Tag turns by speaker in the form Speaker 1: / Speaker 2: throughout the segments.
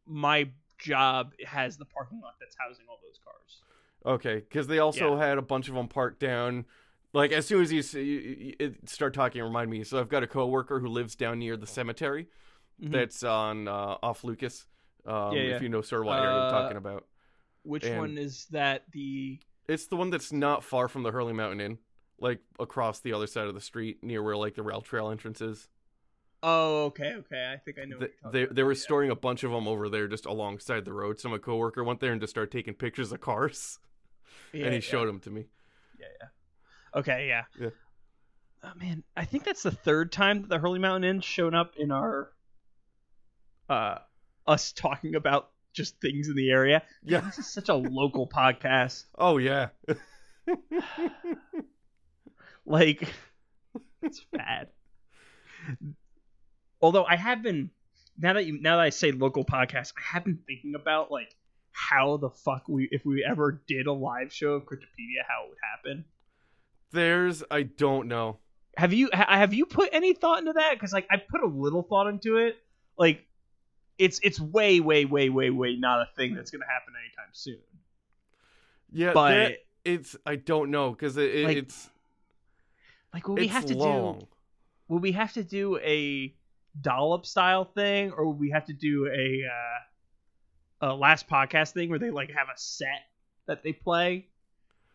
Speaker 1: my job has the parking lot that's housing all those cars.
Speaker 2: Okay, because they also had a bunch of them parked down. Like as soon as you, see, you, you it start talking, remind me. So I've got a coworker who lives down near the cemetery
Speaker 1: Mhm.
Speaker 2: that's on uh, off Lucas. Um,
Speaker 1: Yeah, yeah.
Speaker 2: If you know sort of what area I'm
Speaker 1: Uh,
Speaker 2: talking about,
Speaker 1: Which
Speaker 2: And-
Speaker 1: one is that? The
Speaker 2: it's the one that's not far from the Hurley Mountain Inn, like across the other side of the street near where like the rail trail entrance is.
Speaker 1: oh, okay, okay. I think I know. what
Speaker 2: Th-
Speaker 1: you're talking
Speaker 2: they
Speaker 1: about.
Speaker 2: they were
Speaker 1: Yeah.
Speaker 2: storing a bunch of them over there just alongside the road. So my coworker went there and just started taking pictures of cars,
Speaker 1: Yeah,
Speaker 2: and he
Speaker 1: yeah.
Speaker 2: showed them to me.
Speaker 1: Okay, yeah.
Speaker 2: Yeah.
Speaker 1: Oh man, I think that's the third time that the Hurley Mountain Inn's shown up in our uh us talking about just things in the area.
Speaker 2: Yeah.
Speaker 1: This is such a local podcast.
Speaker 2: Oh yeah.
Speaker 1: Like it's bad. Although I have been now that you now that I say local podcast, I have been thinking about like how the fuck we if we ever did a live show of Cryptopedia, how it would happen.
Speaker 2: There's I don't know.
Speaker 1: Have you ha- have you put any thought into that? Because like I put a little thought into it. Like it's it's way way way way way not a thing that's gonna happen anytime soon.
Speaker 2: Yeah,
Speaker 1: But
Speaker 2: that- it's I don't know because it, it-
Speaker 1: Like,
Speaker 2: it's
Speaker 1: like will we
Speaker 2: it's
Speaker 1: have to
Speaker 2: long.
Speaker 1: do will we have to do a dollop style thing or will we have to do a uh, a last podcast thing where they like have a set that they play?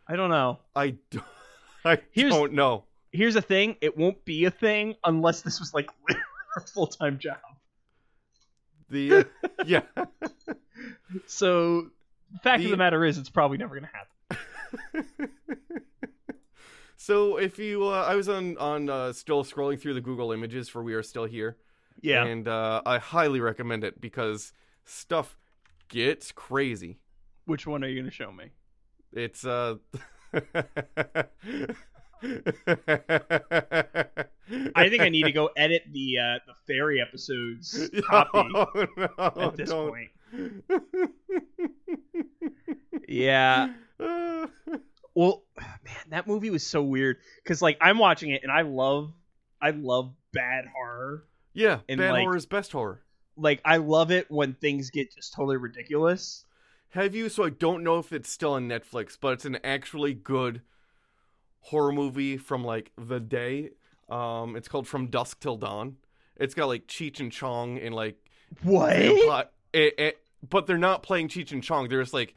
Speaker 1: I don't know.
Speaker 2: I don't. I
Speaker 1: Here's-
Speaker 2: don't know.
Speaker 1: Here's the thing: it won't be a thing unless this was like a full time job.
Speaker 2: The uh, yeah
Speaker 1: So the fact of
Speaker 2: The-
Speaker 1: the matter is, it's probably never gonna happen.
Speaker 2: so if you uh, i was on on uh, still scrolling through the google images for we are still here
Speaker 1: Yeah.
Speaker 2: and uh, i highly recommend it because stuff gets crazy
Speaker 1: Which one are you gonna show me?
Speaker 2: it's uh
Speaker 1: I think I need to go edit the uh, the fairy episodes copy
Speaker 2: Oh, no,
Speaker 1: at this
Speaker 2: don't.
Speaker 1: point. Yeah. Uh, Well, man, that movie was so weird because like I'm watching it and I love I love bad horror.
Speaker 2: yeah,
Speaker 1: And,
Speaker 2: bad
Speaker 1: like-
Speaker 2: horror is best horror.
Speaker 1: Like I love it when things get just totally ridiculous.
Speaker 2: Have you? So I don't know if it's still on Netflix, but it's an actually good horror movie from like the day. Um, it's called From Dusk Till Dawn. It's got like Cheech and Chong and like
Speaker 1: What?
Speaker 2: vampire- it, it- but they're not playing Cheech and Chong. They're just like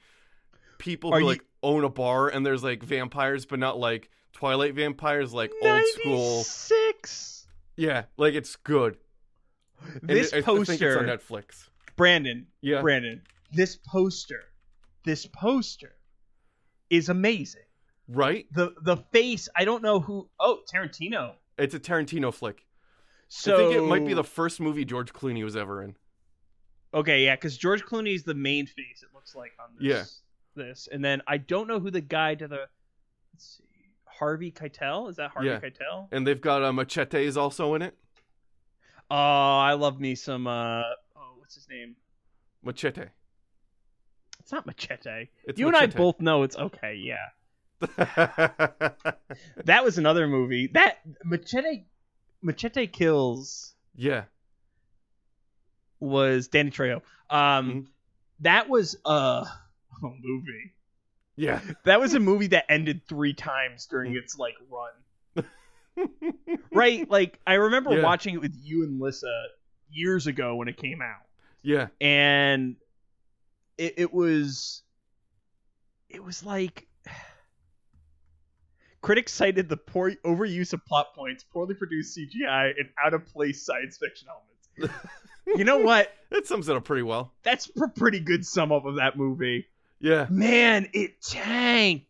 Speaker 2: people
Speaker 1: Are
Speaker 2: who
Speaker 1: you-
Speaker 2: like own a bar and there's like vampires, but not like Twilight vampires, like old school.
Speaker 1: Six.
Speaker 2: Yeah, like it's good. And
Speaker 1: This
Speaker 2: it- I- I think it's on
Speaker 1: poster,
Speaker 2: Netflix.
Speaker 1: Brandon.
Speaker 2: Yeah.
Speaker 1: Brandon. This poster. This poster is amazing.
Speaker 2: Right?
Speaker 1: the the face i don't know who oh tarantino
Speaker 2: It's a Tarantino flick.
Speaker 1: so
Speaker 2: I think it might be the first movie George Clooney was ever in.
Speaker 1: okay yeah because george clooney is the main face it looks like on this yeah. this and then i don't know who the guy to the let's see harvey keitel is that harvey
Speaker 2: Yeah.
Speaker 1: keitel
Speaker 2: And they've got uh, Machete is also in it.
Speaker 1: oh i love me some uh oh what's his name
Speaker 2: Machete.
Speaker 1: it's not machete
Speaker 2: It's
Speaker 1: you and i
Speaker 2: Machete.
Speaker 1: both know it's okay yeah that was another movie that machete machete kills
Speaker 2: yeah.
Speaker 1: was danny trejo um
Speaker 2: Mm-hmm.
Speaker 1: that was uh, a movie
Speaker 2: Yeah.
Speaker 1: That was a movie that ended three times during its like run. right? Like I remember
Speaker 2: Yeah.
Speaker 1: watching it with you and Lissa years ago when it came out.
Speaker 2: Yeah.
Speaker 1: And it, it was it was like Critics cited the poor overuse of plot points, poorly produced CGI, and out of place science fiction elements. you know what?
Speaker 2: That sums it up pretty well.
Speaker 1: That's a pretty good sum up of that movie.
Speaker 2: Yeah.
Speaker 1: Man, it tanked.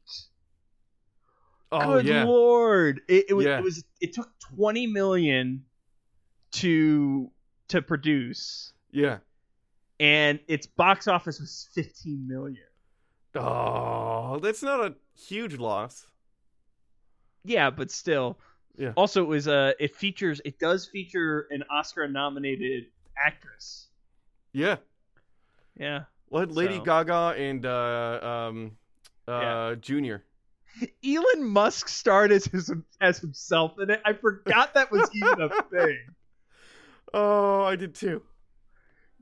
Speaker 2: Oh
Speaker 1: Good
Speaker 2: yeah.
Speaker 1: lord! It, it was
Speaker 2: Yeah.
Speaker 1: it was it took twenty million to to produce,
Speaker 2: Yeah.
Speaker 1: and its box office was fifteen million.
Speaker 2: Oh, that's not a huge loss.
Speaker 1: Yeah, but still.
Speaker 2: Yeah.
Speaker 1: Also, it was uh, it features it does feature an Oscar nominated actress.
Speaker 2: Yeah.
Speaker 1: Yeah.
Speaker 2: Well, it had Lady
Speaker 1: So-
Speaker 2: Gaga and uh, um, uh,
Speaker 1: Yeah.
Speaker 2: Junior.
Speaker 1: Elon Musk starred as his, as himself in it. I forgot that was even a thing.
Speaker 2: Oh, I did too.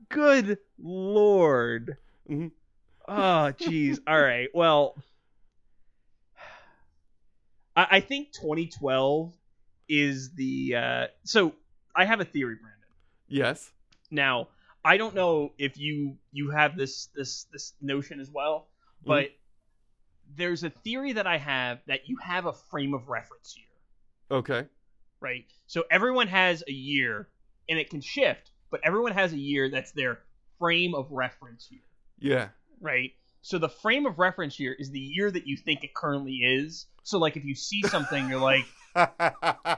Speaker 1: Good lord.
Speaker 2: Mhm.
Speaker 1: Oh, jeez. All right. Well, I, I think 2012 is the. Uh, so I have a theory, Brandon.
Speaker 2: Yes.
Speaker 1: Now I don't know if you you have this this this notion as well, but there's a theory that I have that you have a frame of reference here
Speaker 2: Okay.
Speaker 1: right? So everyone has a year, and it can shift, but everyone has a year that's their frame of reference year,
Speaker 2: Yeah.
Speaker 1: right? So the frame of reference year is the year that you think it currently is. So like if you see something, you're like,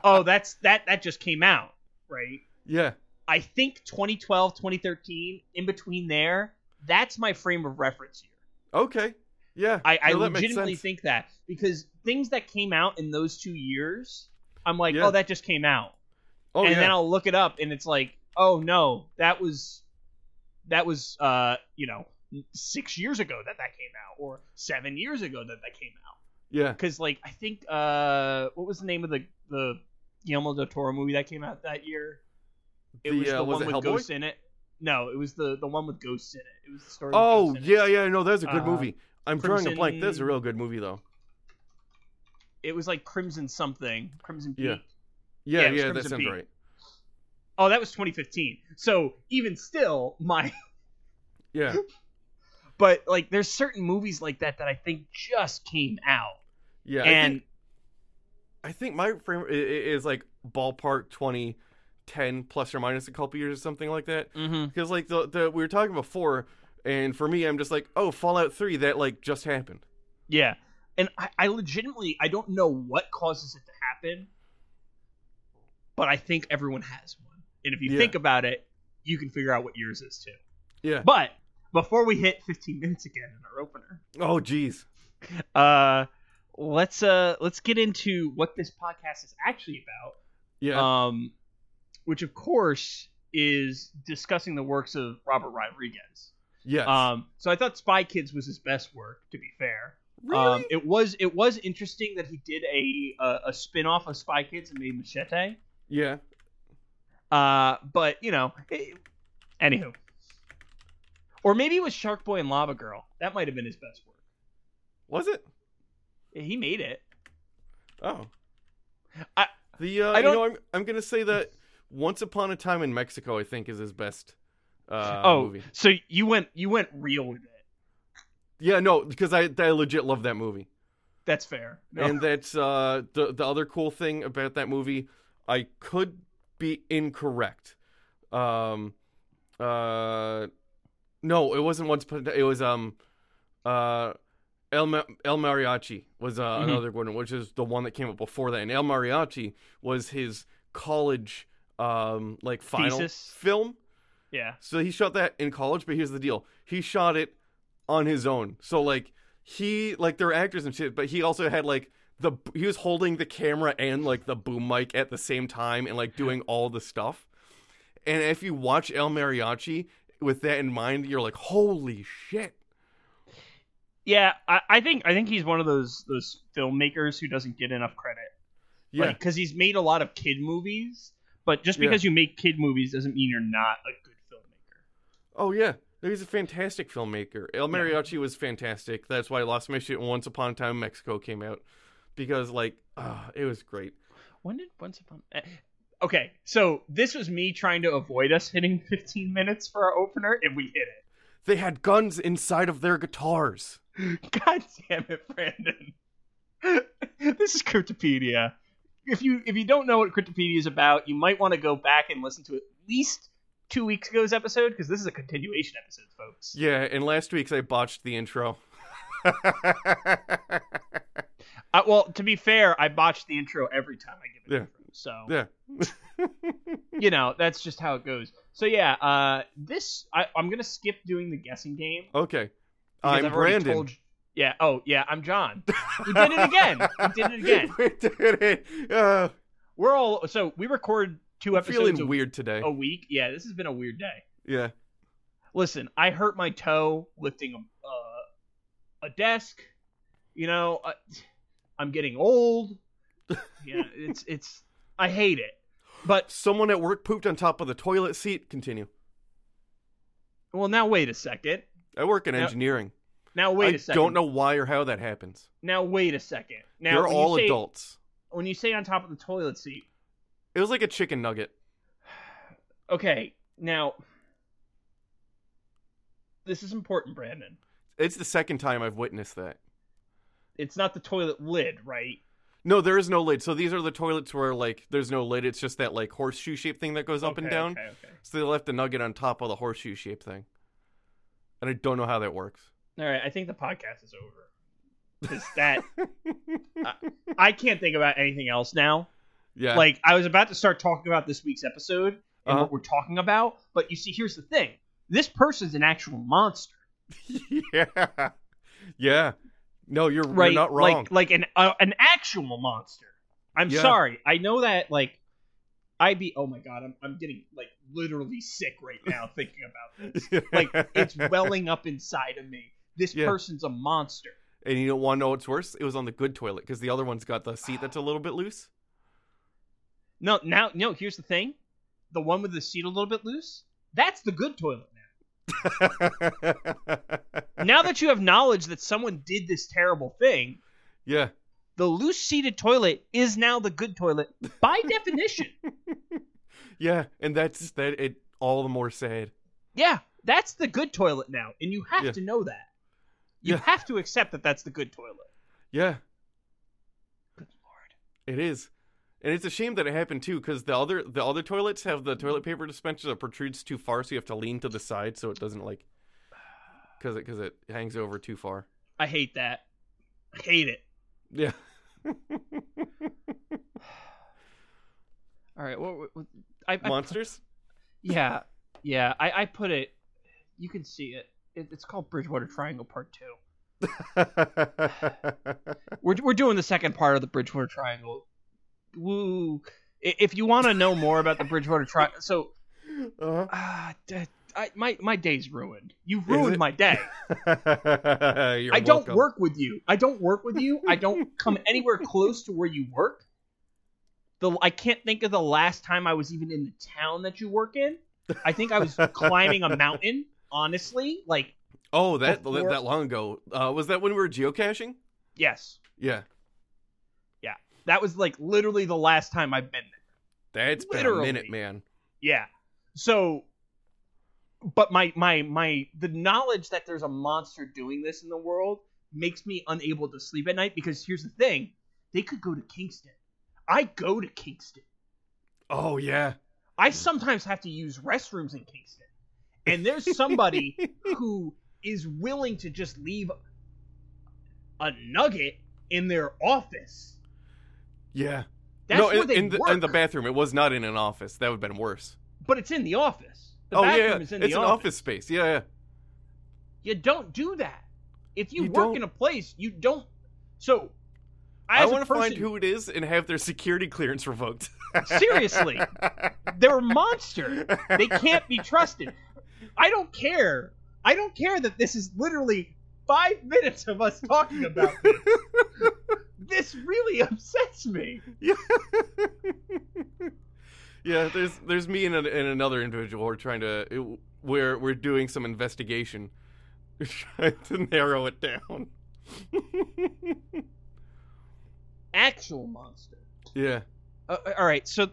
Speaker 1: oh, that's that that just came out, right?
Speaker 2: yeah.
Speaker 1: I think 2012, 2013, in between there, that's my frame of reference year.
Speaker 2: Okay. Yeah.
Speaker 1: I, I
Speaker 2: No, that makes
Speaker 1: legitimately
Speaker 2: sense.
Speaker 1: think that because things that came out in those two years, I'm like,
Speaker 2: Yeah.
Speaker 1: oh, that just came out.
Speaker 2: Oh
Speaker 1: and
Speaker 2: yeah.
Speaker 1: then I'll look it up, and it's like, oh no, that was, that was, uh, you know, six years ago that that came out, or seven years ago that that came out.
Speaker 2: yeah.
Speaker 1: Because like I think, uh, what was the name of the the Guillermo del Toro movie that came out that year? It
Speaker 2: The,
Speaker 1: was the
Speaker 2: uh, was
Speaker 1: one
Speaker 2: it
Speaker 1: with
Speaker 2: Hellboy?
Speaker 1: ghosts in it. No, it was the the one with ghosts in it. It was the story. with
Speaker 2: Oh
Speaker 1: ghosts in it.
Speaker 2: yeah. Yeah. No, that's a good
Speaker 1: Uh,
Speaker 2: movie. I'm drawing a blank. That's a
Speaker 1: Crimson-
Speaker 2: real good movie though.
Speaker 1: It was like Crimson something, Crimson Peak.
Speaker 2: Yeah.
Speaker 1: Yeah,
Speaker 2: Yeah. Yeah.
Speaker 1: it was
Speaker 2: that
Speaker 1: Crimson
Speaker 2: sounds
Speaker 1: Peak.
Speaker 2: right.
Speaker 1: Oh, that was 2015. So even still, my
Speaker 2: Yeah.
Speaker 1: but like there's certain movies like that that I think just came out.
Speaker 2: Yeah. I
Speaker 1: and
Speaker 2: think, I think my frame i- i- is like ballpark 2010 plus or minus a couple years or something like that. Because like the, the we were talking before, and for me, I'm just like, oh, Fallout Three, that like just happened.
Speaker 1: yeah, and I, I legitimately I don't know what causes it to happen, but I think everyone has one. And if you
Speaker 2: Yeah.
Speaker 1: think about it, you can figure out what yours is too.
Speaker 2: Yeah.
Speaker 1: But before we hit 15 minutes again in our opener,
Speaker 2: Oh, geez.
Speaker 1: uh, let's uh let's get into what this podcast is actually about.
Speaker 2: Yeah.
Speaker 1: Um, which of course is discussing the works of Robert Rodriguez.
Speaker 2: yes.
Speaker 1: Um, so I thought Spy Kids was his best work. To be fair, um,
Speaker 2: Really?
Speaker 1: it was it was interesting that he did a a, a spin off of Spy Kids and made Machete.
Speaker 2: yeah.
Speaker 1: Uh, but you know, it, anywho, or maybe it was Shark Boy and Lava Girl. That might have been his best work.
Speaker 2: Was it?
Speaker 1: He made it.
Speaker 2: Oh.
Speaker 1: I-
Speaker 2: the uh,
Speaker 1: I
Speaker 2: you
Speaker 1: don't-
Speaker 2: know I'm I'm gonna say that Once Upon a Time in Mexico I think is his best uh,
Speaker 1: oh,
Speaker 2: movie.
Speaker 1: so you went you went real with it.
Speaker 2: Yeah, no, because I I legit love that movie.
Speaker 1: That's fair. No.
Speaker 2: And that's uh, the the other cool thing about that movie. I could be incorrect. Um, uh, no, it wasn't once. Upon a Ti- It was um, uh, El Ma- El Mariachi was uh,
Speaker 1: Mhm.
Speaker 2: another one, which is the one that came up before that. And El Mariachi was his college um like final
Speaker 1: Thesis?
Speaker 2: film.
Speaker 1: yeah.
Speaker 2: So he shot that in college, but here's the deal: he shot it on his own. So like he like there were actors and shit, but he also had like the he was holding the camera and like the boom mic at the same time and like doing all the stuff. And if you watch El Mariachi with that in mind, you're like, holy shit!
Speaker 1: Yeah, I, I think I think he's one of those those filmmakers who doesn't get enough credit.
Speaker 2: Yeah,
Speaker 1: because he's made a lot of kid movies, but just
Speaker 2: Yeah.
Speaker 1: because you make kid movies doesn't mean you're not a good filmmaker.
Speaker 2: Oh yeah, No, he's a fantastic filmmaker. El
Speaker 1: Yeah.
Speaker 2: Mariachi was fantastic. That's why Lost My Shit and Once Upon a Time in Mexico came out because like ah, it was great.
Speaker 1: When did Once Upon? eh, Okay, so this was me trying to avoid us hitting 15 minutes for our opener, and we hit it.
Speaker 2: They had guns inside of their guitars.
Speaker 1: God damn it, Brandon! this is Cryptopedia. If you if you don't know what Cryptopedia is about, you might want to go back and listen to at least two weeks ago's episode because this is a continuation episode, folks.
Speaker 2: Yeah, and last week's I botched the intro.
Speaker 1: I, Uh, well, to be fair, I botched the intro every time I give an
Speaker 2: Yeah.
Speaker 1: intro, so
Speaker 2: yeah.
Speaker 1: you know that's just how it goes. So yeah, uh, this I, I'm gonna skip doing the guessing game.
Speaker 2: Okay.
Speaker 1: because
Speaker 2: I'm
Speaker 1: I've already
Speaker 2: Brandon.
Speaker 1: told- yeah. Oh yeah, I'm John. We did it again. We did it again.
Speaker 2: we did it. Uh,
Speaker 1: We're all so we record two
Speaker 2: I'm
Speaker 1: episodes
Speaker 2: feeling
Speaker 1: a, Oh.
Speaker 2: weird today.
Speaker 1: a week. Yeah, this has been a weird day.
Speaker 2: Yeah.
Speaker 1: Listen, I hurt my toe lifting a uh, a desk. You know, I, I'm getting old. Yeah, it's it's I hate it. But
Speaker 2: Someone at work pooped on top of the toilet seat. Continue.
Speaker 1: well, now wait a second.
Speaker 2: I work in
Speaker 1: Now-
Speaker 2: engineering.
Speaker 1: Now wait
Speaker 2: I
Speaker 1: a second.
Speaker 2: don't know why or how that happens.
Speaker 1: Now wait a second. Now
Speaker 2: They're
Speaker 1: when you
Speaker 2: all
Speaker 1: say-
Speaker 2: adults.
Speaker 1: When you say on top of the toilet seat,
Speaker 2: It was like a chicken nugget.
Speaker 1: okay. Now this is important, Brandon.
Speaker 2: It's the second time I've witnessed that.
Speaker 1: It's not the toilet lid, right?
Speaker 2: No, there is no lid. So these are the toilets where like there's no lid. It's just that like horseshoe shaped thing that goes up and
Speaker 1: Okay,
Speaker 2: down.
Speaker 1: Okay, okay.
Speaker 2: So they left the nugget on top of the horseshoe shaped thing. And I don't know how that works.
Speaker 1: All right, I think the podcast is over. 'Cause that I, I can't think about anything else now.
Speaker 2: Yeah.
Speaker 1: Like I was about to start talking about this week's episode and
Speaker 2: Uh-huh.
Speaker 1: what we're talking about, but you see, here's the thing: this person's an actual monster,
Speaker 2: yeah. Yeah. No, you're,
Speaker 1: right?
Speaker 2: you're not wrong.
Speaker 1: Like, like an uh, an actual monster. I'm
Speaker 2: Yeah.
Speaker 1: sorry. I know that. Like, I be. Oh my god, I'm I'm getting like literally sick right now thinking about this. like, it's welling up inside of me. This
Speaker 2: Yeah.
Speaker 1: person's a monster.
Speaker 2: and you don't want to know what's worse? It was on the good toilet because the other one's got the seat that's a little bit loose.
Speaker 1: No, now no. Here's the thing: the one with the seat a little bit loose. That's the good toilet now. now that you have knowledge that someone did this terrible thing,
Speaker 2: yeah.
Speaker 1: the loose seated toilet is now the good toilet by definition.
Speaker 2: Yeah. And that's that it all the more sad.
Speaker 1: Yeah, that's the good toilet now, and you have
Speaker 2: Yeah.
Speaker 1: to know that. You
Speaker 2: Yeah.
Speaker 1: have to accept that that's the good toilet.
Speaker 2: Yeah. It is. And it's a shame that it happened too, because the other the other toilets have the toilet paper dispenser that protrudes too far, so you have to lean to the side so it doesn't like, because it because it hangs over too far.
Speaker 1: I hate that. I hate it.
Speaker 2: Yeah.
Speaker 1: All right. What, what, I, I
Speaker 2: Monsters.
Speaker 1: Yeah, yeah. I, I put it. You can see it. it. It's called Bridgewater Triangle Part Two.
Speaker 2: Uh-huh.
Speaker 1: We're we're doing the second part of the Bridgewater Triangle. Woo! I- If you want to know more about the Bridgewater Triangle, so
Speaker 2: Uh-huh.
Speaker 1: uh, d- I, my my day's ruined. You
Speaker 2: it?
Speaker 1: ruined my day.
Speaker 2: You're
Speaker 1: I don't
Speaker 2: welcome.
Speaker 1: work with you. I don't work with you. I don't come anywhere close to where you work. The I can't think of the last time I was even in the town that you work in. I think I was climbing a mountain. Honestly, like
Speaker 2: Oh, that
Speaker 1: before-
Speaker 2: that long ago. Uh, was that when we were geocaching?
Speaker 1: yes,
Speaker 2: Yeah.
Speaker 1: that was like literally the last time I've been there.
Speaker 2: That's been a
Speaker 1: Literally.
Speaker 2: minute, man.
Speaker 1: Yeah. So but my my my the knowledge that there's a monster doing this in the world makes me unable to sleep at night because here's the thing, they could go to Kingston. I go to Kingston.
Speaker 2: Oh yeah.
Speaker 1: I sometimes have to use restrooms in Kingston. And there's somebody who is willing to just leave a nugget in their office.
Speaker 2: Yeah.
Speaker 1: That's
Speaker 2: no,
Speaker 1: where
Speaker 2: in,
Speaker 1: they
Speaker 2: in the
Speaker 1: work.
Speaker 2: in the bathroom. It was not in an office. That would have been worse.
Speaker 1: but it's in the office. The
Speaker 2: oh yeah,
Speaker 1: bathroom
Speaker 2: yeah.
Speaker 1: is in
Speaker 2: it's
Speaker 1: the
Speaker 2: an
Speaker 1: office.
Speaker 2: office space. Yeah, yeah.
Speaker 1: You don't do that. If you,
Speaker 2: You
Speaker 1: work
Speaker 2: don't-
Speaker 1: in a place, you don't. So,
Speaker 2: I
Speaker 1: as
Speaker 2: want
Speaker 1: a
Speaker 2: to
Speaker 1: person,
Speaker 2: find who it is and have their security clearance revoked.
Speaker 1: seriously, they're a monster. They can't be trusted. I don't care. I don't care that this is literally five minutes of us talking about this. this really upsets me.
Speaker 2: yeah, there's there's me and, an, and another individual who are trying to it, we're we're doing some investigation, We're trying to narrow it down.
Speaker 1: Actual monster.
Speaker 2: yeah,
Speaker 1: Uh, all right, so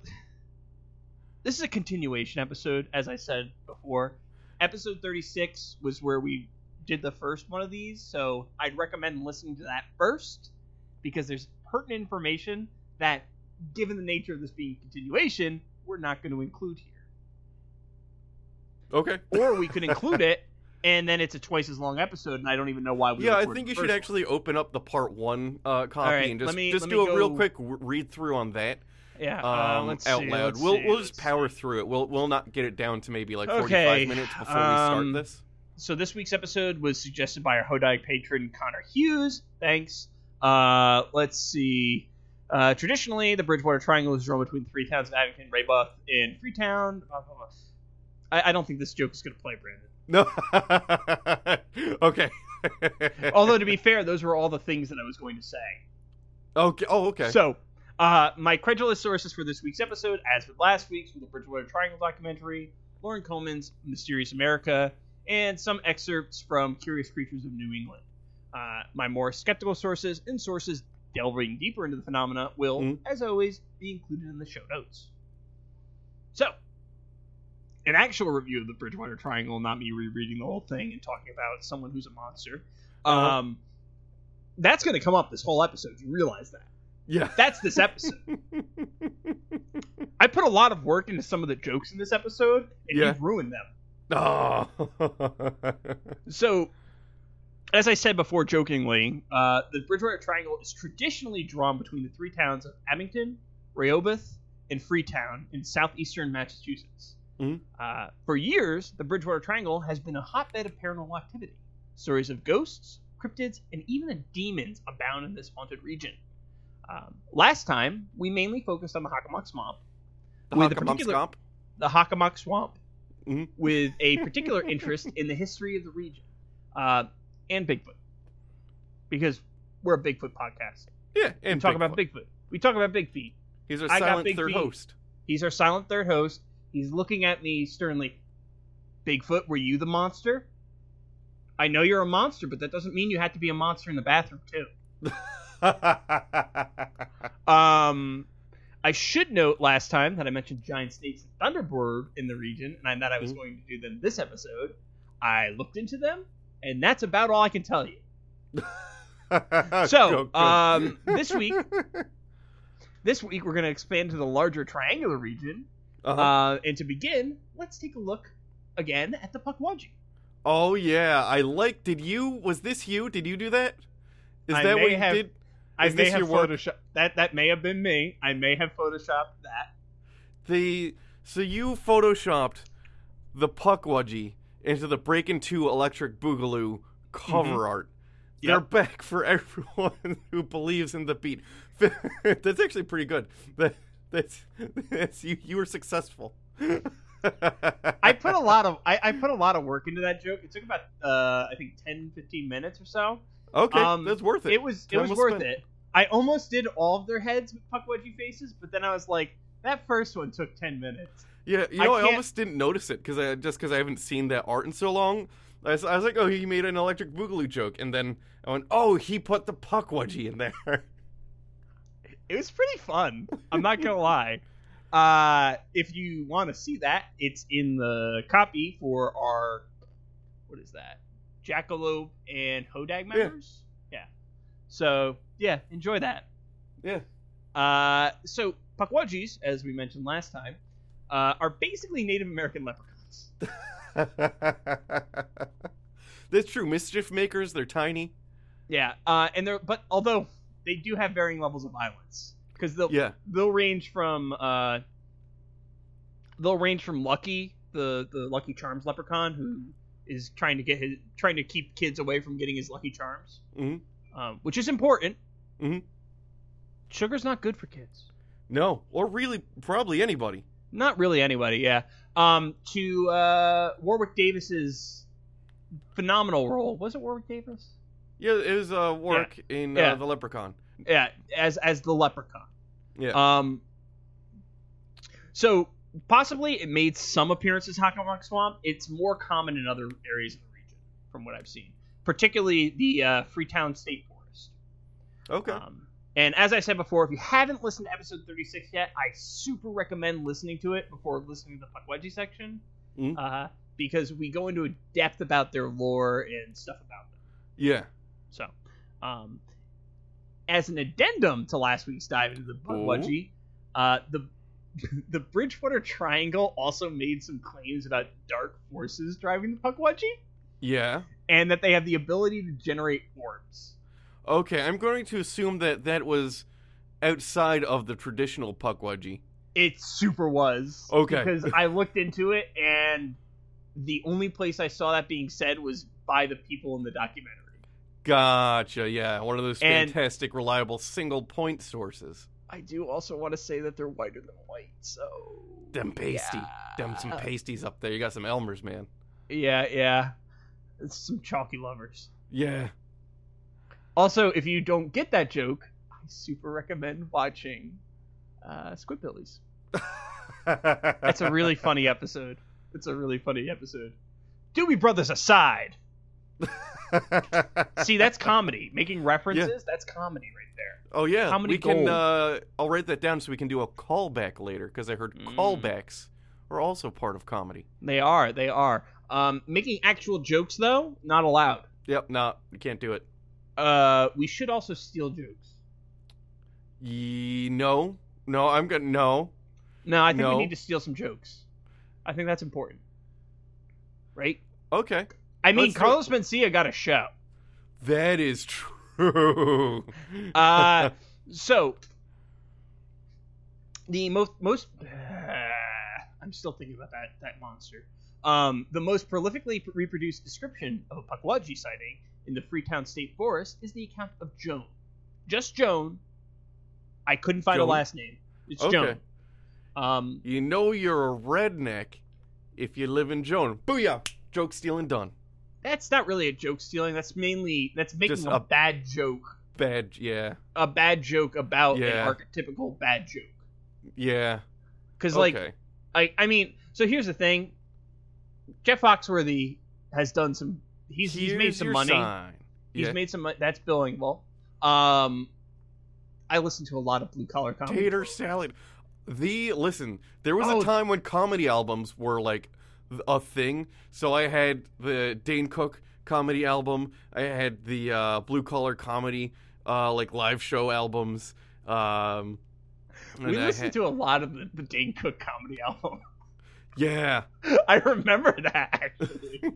Speaker 1: this is a continuation episode, as I said before. Episode 36 was where we did the first one of these, so I'd recommend listening to that first because there's pertinent information that, given the nature of this being a continuation, we're not going to include here.
Speaker 2: Okay.
Speaker 1: Or we could include it, and then it's a twice as long episode, and I don't even know why we.
Speaker 2: Yeah, I
Speaker 1: recorded
Speaker 2: think
Speaker 1: the
Speaker 2: you should
Speaker 1: first one.
Speaker 2: actually open up the part one uh, copy
Speaker 1: right,
Speaker 2: and
Speaker 1: let
Speaker 2: just
Speaker 1: me-
Speaker 2: just
Speaker 1: let
Speaker 2: do
Speaker 1: me
Speaker 2: a real
Speaker 1: go-
Speaker 2: quick w- read through on that
Speaker 1: Yeah, uh,
Speaker 2: um,
Speaker 1: let's
Speaker 2: out
Speaker 1: see,
Speaker 2: loud.
Speaker 1: let's
Speaker 2: We'll
Speaker 1: see,
Speaker 2: we'll just
Speaker 1: let's
Speaker 2: power through it. We'll we'll not get it down to maybe like forty
Speaker 1: Okay,
Speaker 2: five minutes before we start
Speaker 1: um,
Speaker 2: this.
Speaker 1: so this week's episode was suggested by our Hodag patron Connor Hughes. Thanks. Uh, let's see. Uh, traditionally, the Bridgewater Triangle is drawn between three towns of Abington, Raybuff, and Freetown. Blah, blah, blah. I, I don't think this joke is going to play, Brandon.
Speaker 2: No. okay.
Speaker 1: Although to be fair, those were all the things that I was going to say.
Speaker 2: okay. Oh, okay.
Speaker 1: So, uh, my credulous sources for this week's episode, as with last week's, were the Bridgewater Triangle documentary, Lauren Coleman's Mysterious America, and some excerpts from Curious Creatures of New England. Uh, my more skeptical sources and sources delving deeper into the phenomena will,
Speaker 2: Mm.
Speaker 1: as always, be included in the show notes. So, an actual review of the Bridgewater Triangle, not me rereading the whole thing and talking about someone who's a monster.
Speaker 2: Uh-huh.
Speaker 1: Um, that's going to come up this whole episode. You realize that.
Speaker 2: yeah.
Speaker 1: That's this episode. I put a lot of work into some of the jokes in this episode, and
Speaker 2: Yeah.
Speaker 1: you've ruined them.
Speaker 2: Oh.
Speaker 1: So, as I said before jokingly, uh, the Bridgewater Triangle is traditionally drawn between the three towns of Abington, Rehoboth, and Freetown in southeastern Massachusetts.
Speaker 2: Mhm.
Speaker 1: Uh, for years, the Bridgewater Triangle has been a hotbed of paranormal activity. Stories of ghosts, cryptids, and even the demons abound in this haunted region. Um, last time, we mainly focused on the Hockamock Swamp,
Speaker 2: the
Speaker 1: With a
Speaker 2: Hockamock
Speaker 1: particular-
Speaker 2: Scomp?
Speaker 1: the Hockamock Swamp,
Speaker 2: Mhm.
Speaker 1: with a particular interest in the history of the region uh, and Bigfoot, because we're a Bigfoot podcast.
Speaker 2: Yeah,
Speaker 1: We
Speaker 2: and
Speaker 1: talk about
Speaker 2: Bigfoot.
Speaker 1: Bigfoot. We talk about Big Feet.
Speaker 2: He's our
Speaker 1: I got
Speaker 2: silent
Speaker 1: big
Speaker 2: third
Speaker 1: feet.
Speaker 2: host.
Speaker 1: He's our silent third host. He's looking at me sternly. Bigfoot, were you the monster? I know you're a monster, but that doesn't mean you had to be a monster in the bathroom too. Um, I should note last time that I mentioned giant snakes and thunderbird in the region, and I thought I was
Speaker 2: Mhm.
Speaker 1: going to do them this episode. I looked into them, and that's about all I can tell you.
Speaker 2: Go,
Speaker 1: So,
Speaker 2: go.
Speaker 1: um, this week, this week we're going to expand to the larger triangular region.
Speaker 2: Uh-huh.
Speaker 1: Uh, and to begin, let's take a look again at the Puckwudgie.
Speaker 2: Oh yeah, I like. Did you? Was this you? Did you do that? Is
Speaker 1: I
Speaker 2: that
Speaker 1: may
Speaker 2: what you
Speaker 1: have-
Speaker 2: did?
Speaker 1: I
Speaker 2: Is
Speaker 1: may
Speaker 2: this
Speaker 1: have
Speaker 2: your work?
Speaker 1: photoshopped that. That may have been me. I may have photoshopped that.
Speaker 2: The so you photoshopped the Puckwudgie into the Breaking Two Electric Boogaloo cover art. They're
Speaker 1: Mm-hmm. Yep.
Speaker 2: back for everyone who believes in the beat. that's actually pretty good. That, that's, that's you. You were successful.
Speaker 1: I put a lot of I, I put a lot of work into that joke. It took about uh, I think 10, 15 minutes or so.
Speaker 2: okay.
Speaker 1: um,
Speaker 2: that's worth it.
Speaker 1: It was it
Speaker 2: Time
Speaker 1: was
Speaker 2: well
Speaker 1: worth
Speaker 2: spent.
Speaker 1: it. I almost did all of their heads with Puckwudgie faces, but then I was like, that first one took ten minutes.
Speaker 2: Yeah, you
Speaker 1: I
Speaker 2: know, I,
Speaker 1: can't-
Speaker 2: almost didn't notice it because I just because I haven't seen that art in so long. I was, I was like, oh, he made an electric boogaloo joke, and then I went, oh, he put the puck wedgie in there.
Speaker 1: It was pretty fun. I'm not gonna lie. Uh, if you want to see that, it's in the copy for our what is that? Jackalope and Hodag members. Yeah. So yeah, enjoy that.
Speaker 2: Yeah.
Speaker 1: Uh, so Pakwajis, as we mentioned last time, uh, are basically Native American leprechauns.
Speaker 2: That's true. Mischief makers, they're tiny.
Speaker 1: Yeah, uh, and they're but although they do have varying levels of violence because they'll
Speaker 2: Yeah.
Speaker 1: they'll range from uh, they'll range from Lucky the the Lucky Charms leprechaun who is trying to get his trying to keep kids away from getting his Lucky Charms,
Speaker 2: Mhm.
Speaker 1: um, which is important.
Speaker 2: Mhm.
Speaker 1: Sugar's not good for kids.
Speaker 2: No, or really, probably anybody.
Speaker 1: Not really anybody, yeah. Um, to uh, Warwick Davis's phenomenal role was it Warwick Davis?
Speaker 2: Yeah, it was uh, work in
Speaker 1: Yeah.
Speaker 2: Uh, the Leprechaun.
Speaker 1: Yeah, as as the leprechaun.
Speaker 2: Yeah.
Speaker 1: Um. So possibly it made some appearances in Hockamock Swamp. It's more common in other areas of the region, from what I've seen, particularly the uh, Freetown State Forest.
Speaker 2: okay.
Speaker 1: Um, and as I said before, if you haven't listened to episode 36 yet, I super recommend listening to it before listening to the Puckwedgie section,
Speaker 2: Mm.
Speaker 1: uh, because we go into depth about their lore and stuff about them.
Speaker 2: yeah.
Speaker 1: So, um, as an addendum to last week's dive into the bu-
Speaker 2: Ooh.
Speaker 1: budgie, uh, the the Bridgewater Triangle also made some claims about dark forces driving the Puckwudgie,
Speaker 2: Yeah.
Speaker 1: and that they have the ability to generate orbs.
Speaker 2: Okay, I'm going to assume that that was outside of the traditional Puckwudgie.
Speaker 1: It super was.
Speaker 2: Okay.
Speaker 1: Because I looked into it, and the only place I saw that being said was by the people in the documentary.
Speaker 2: Gotcha. Yeah, one of those
Speaker 1: And-
Speaker 2: fantastic, reliable single point sources.
Speaker 1: I do also want to say that they're whiter than white, so.
Speaker 2: Them pasty, them some
Speaker 1: Uh,
Speaker 2: pasties up there. You got some Elmers, man.
Speaker 1: Yeah, yeah. It's some chalky lovers.
Speaker 2: Yeah.
Speaker 1: Also, if you don't get that joke, I super recommend watching uh, Squidbillies. That's
Speaker 2: That's
Speaker 1: a really funny episode. It's a really funny episode. Doobie Brothers aside. See, that's comedy. Making references, that's comedy right there.
Speaker 2: oh yeah,
Speaker 1: Comedy
Speaker 2: we can.
Speaker 1: gold.
Speaker 2: Uh, I'll write that down so we can do a callback later because I heard
Speaker 1: Mm.
Speaker 2: callbacks are also part of comedy.
Speaker 1: They are, they are. Um, making actual jokes, though, not allowed.
Speaker 2: Yep. No, you can't do it.
Speaker 1: Uh, we should also steal jokes.
Speaker 2: Ye- no, no, I'm gonna no.
Speaker 1: No, I think
Speaker 2: No.
Speaker 1: we need to steal some jokes. I think that's important. Right?
Speaker 2: Okay,
Speaker 1: I mean,
Speaker 2: Let's do it.
Speaker 1: Carlos Mencia got a show.
Speaker 2: that is true.
Speaker 1: Uh, so the most most I'm still thinking about that that monster. Um, the most prolifically reproduced description of a Puckwudgie sighting in the Freetown State Forest is the account of Joan. Just Joan. I couldn't find
Speaker 2: Joan?
Speaker 1: a last name. It's
Speaker 2: Okay.
Speaker 1: Joan. Um,
Speaker 2: you know you're a redneck if you live in Joan. Booyah! Joke stealing done.
Speaker 1: that's not really a joke stealing. That's mainly that's making
Speaker 2: Just
Speaker 1: a,
Speaker 2: a-
Speaker 1: bad joke,
Speaker 2: Bad. Yeah.
Speaker 1: a bad joke about
Speaker 2: Yeah.
Speaker 1: an archetypical bad joke.
Speaker 2: Yeah.
Speaker 1: Because like
Speaker 2: okay.
Speaker 1: I I mean, so here's the thing. Jeff Foxworthy has done some. He's he's made
Speaker 2: Here's
Speaker 1: some
Speaker 2: your
Speaker 1: money.
Speaker 2: sign.
Speaker 1: He's
Speaker 2: Yeah.
Speaker 1: made some. mon- That's Bill Engvall. Um, I listen to a lot of blue collar comedy.
Speaker 2: Tater salad. The listen, there was
Speaker 1: Oh.
Speaker 2: a time when comedy albums were like th- a thing. So I had the Dane Cook comedy album. I had the uh, blue collar comedy, uh, like live show albums. Um, and
Speaker 1: We
Speaker 2: I
Speaker 1: listened
Speaker 2: had-
Speaker 1: to a lot of the, the Dane Cook comedy album.
Speaker 2: yeah.
Speaker 1: I remember that. actually.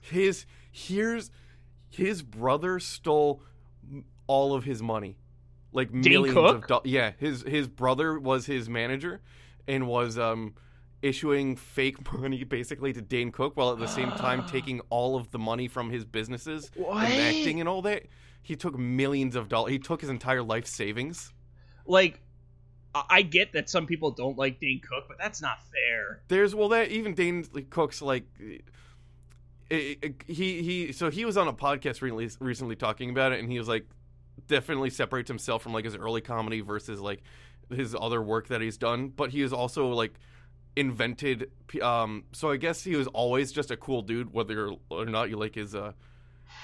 Speaker 2: his here's his brother stole m- all of his money, like millions
Speaker 1: Cook?
Speaker 2: of dollars. Yeah, his his brother was his manager, and was um issuing fake money basically to Dane Cook while at the same time taking all of the money from his businesses
Speaker 1: What?
Speaker 2: and acting and all that. He took millions of dollars. He took his entire life savings.
Speaker 1: like, I, I get that some people don't like Dane Cook, but that's not fair.
Speaker 2: There's well that even Dane Cook's like eh, eh, he he so he was on a podcast recently recently talking about it and he was like definitely separates himself from like his early comedy versus like his other work that he's done but he is also like invented p- um so I guess he was always just a cool dude whether or not you like his uh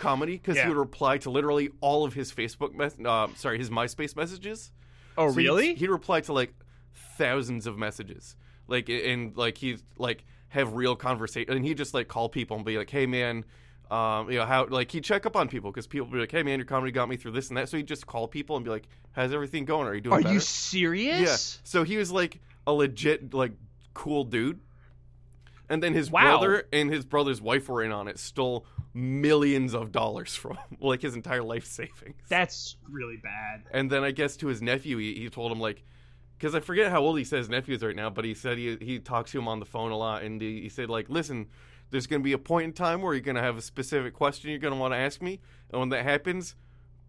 Speaker 2: comedy because
Speaker 1: Yeah.
Speaker 2: he would reply to literally all of his Facebook mess uh, sorry his MySpace messages
Speaker 1: Oh
Speaker 2: so he'd- He'd, reply to like thousands of messages, like a- and like he'd like have real conversation, and he'd just like call people and be like, "Hey man, um, you know how?" Like he'd check up on people because people would be like, "Hey man, your comedy got me through this and that." So he'd just call people and be like, "How's everything going? Are you doing
Speaker 1: Are
Speaker 2: better?"
Speaker 1: you
Speaker 2: yeah.
Speaker 1: serious?
Speaker 2: So he was like a legit like cool dude. And then his
Speaker 1: Wow.
Speaker 2: brother and his brother's wife were in on it, stole millions of dollars from him, like his entire life savings.
Speaker 1: That's really bad.
Speaker 2: And then I guess to his nephew, he, he told him like, because I forget how old he says nephew is right now, but he said he he talks to him on the phone a lot, and he, he said like, listen, there's gonna be a point in time where you're gonna have a specific question you're gonna want to ask me, and when that happens,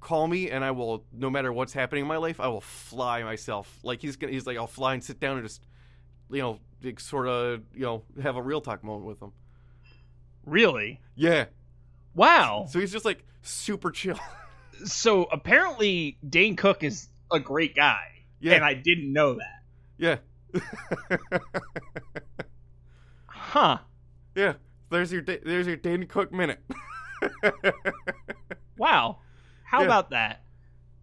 Speaker 2: call me, and I will, no matter what's happening in my life, I will fly myself. Like he's gonna, he's like, I'll fly and sit down and just, you know, sort of, you know, have a real talk moment with him.
Speaker 1: Really?
Speaker 2: Yeah.
Speaker 1: Wow.
Speaker 2: So he's just like super chill.
Speaker 1: so apparently Dane Cook is a great guy.
Speaker 2: Yeah.
Speaker 1: And I didn't know that.
Speaker 2: yeah.
Speaker 1: Huh.
Speaker 2: Yeah, there's your Da- there's your Dane Cook minute.
Speaker 1: Wow. How
Speaker 2: Yeah.
Speaker 1: about that?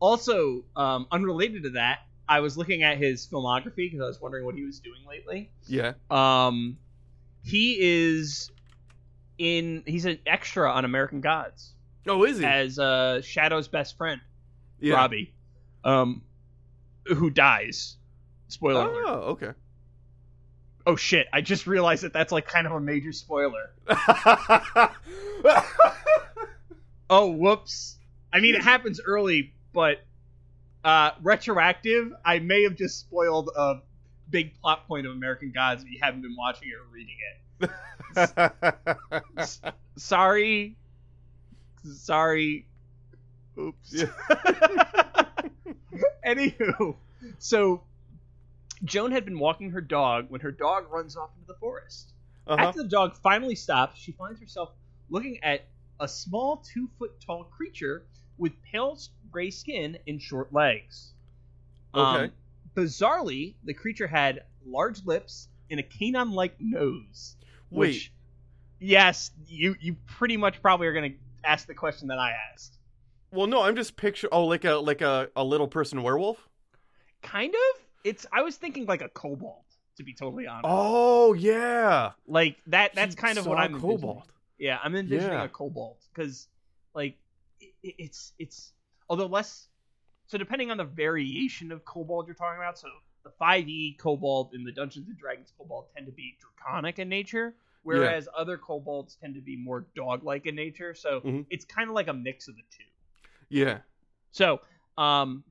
Speaker 1: Also, um, unrelated to that, I was looking at his filmography because I was wondering what he was doing lately.
Speaker 2: yeah.
Speaker 1: Um, he is in. He's an extra on American Gods
Speaker 2: Oh, is he?
Speaker 1: as uh, Shadow's best friend.
Speaker 2: Yeah.
Speaker 1: Robbie, um, who dies. Spoiler alert.
Speaker 2: Oh, okay.
Speaker 1: Oh shit! I just realized that that's like kind of a major spoiler. Oh whoops! I mean, it happens early, but uh, retroactive. I may have just spoiled a big plot point of American Gods if you haven't been watching it or reading it. S- sorry, sorry. Oops. Anywho, so Joan had been walking her dog when her dog runs off into the forest.
Speaker 2: Uh-huh.
Speaker 1: After the dog finally stops, she finds herself looking at a small two foot tall creature with pale gray skin and short legs. Um,
Speaker 2: Okay.
Speaker 1: bizarrely, the creature had large lips and a canine like nose. Which, yes, you, you pretty much probably are going to ask the question that I asked.
Speaker 2: Well, no, I'm just picture. Oh, like a like a, a little person werewolf.
Speaker 1: Kind of? It's I was thinking like a cobalt, to be totally honest.
Speaker 2: Oh yeah,
Speaker 1: Like that that's
Speaker 2: He
Speaker 1: kind of what
Speaker 2: saw
Speaker 1: I'm envisioning.
Speaker 2: Cobalt.
Speaker 1: Yeah, I'm envisioning
Speaker 2: Yeah.
Speaker 1: a cobalt because, like, i i- it's it's although less. So depending on the variation of cobalt you're talking about, so the 5e cobalt and the Dungeons and Dragons cobalt tend to be draconic in nature, whereas other cobalts tend to be more dog-like in nature. So
Speaker 2: Mhm.
Speaker 1: it's kind of like a mix of the two.
Speaker 2: Yeah.
Speaker 1: So, um,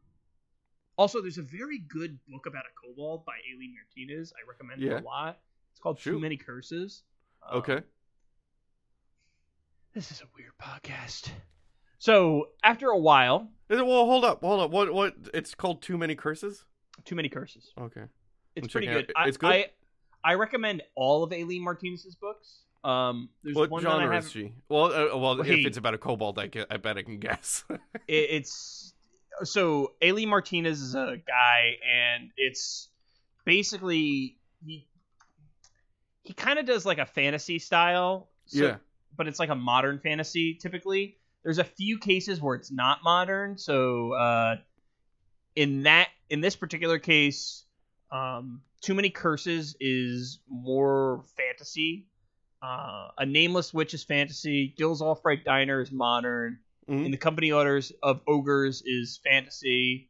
Speaker 1: also there's a very good book about a kobold by Aileen Martinez. I recommend
Speaker 2: Yeah.
Speaker 1: it a lot. It's called Too
Speaker 2: Shoot.
Speaker 1: Many Curses. Um,
Speaker 2: Okay.
Speaker 1: This is a weird podcast. So after a while,
Speaker 2: Is it- well, hold up, hold up. What what? It's called Too Many Curses.
Speaker 1: Too Many Curses.
Speaker 2: Okay.
Speaker 1: It's
Speaker 2: I'm
Speaker 1: pretty
Speaker 2: checking
Speaker 1: good.
Speaker 2: out-
Speaker 1: I-
Speaker 2: it's good?
Speaker 1: I, I recommend all of Aileen Martinez's books. Um, there's
Speaker 2: what
Speaker 1: one that
Speaker 2: genre
Speaker 1: I have.
Speaker 2: is she? Well, uh, well,
Speaker 1: Wait.
Speaker 2: if it's about a kobold, I, gue- I bet I can guess.
Speaker 1: it, it's so Ailey Martinez is a guy, and it's basically he he kind of does like a fantasy style, so-
Speaker 2: Yeah.
Speaker 1: but it's like a modern fantasy typically. There's a few cases where it's not modern, so uh, in that in this particular case, um, too many curses is more fantasy. Uh, a nameless witch is fantasy. Gil's Alfright Diner is modern.
Speaker 2: Mhm.
Speaker 1: In the company orders of ogres is fantasy.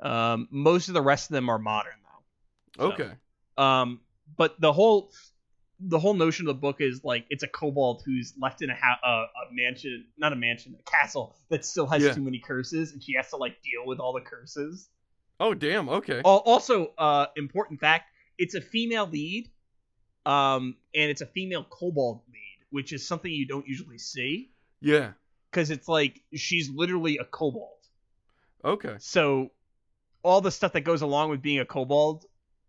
Speaker 1: Um, most of the rest of them are modern though. So,
Speaker 2: okay.
Speaker 1: um, but the whole the whole notion of the book is like it's a kobold who's left in a ha- a, a mansion, not a mansion, a castle that still has
Speaker 2: Yeah.
Speaker 1: too many curses, and she has to like deal with all the curses.
Speaker 2: Oh damn. Okay.
Speaker 1: Al- Also, uh, important fact: it's a female lead, um, and it's a female kobold lead, which is something you don't usually see
Speaker 2: Yeah.
Speaker 1: because it's like she's literally a kobold.
Speaker 2: Okay.
Speaker 1: So, all the stuff that goes along with being a kobold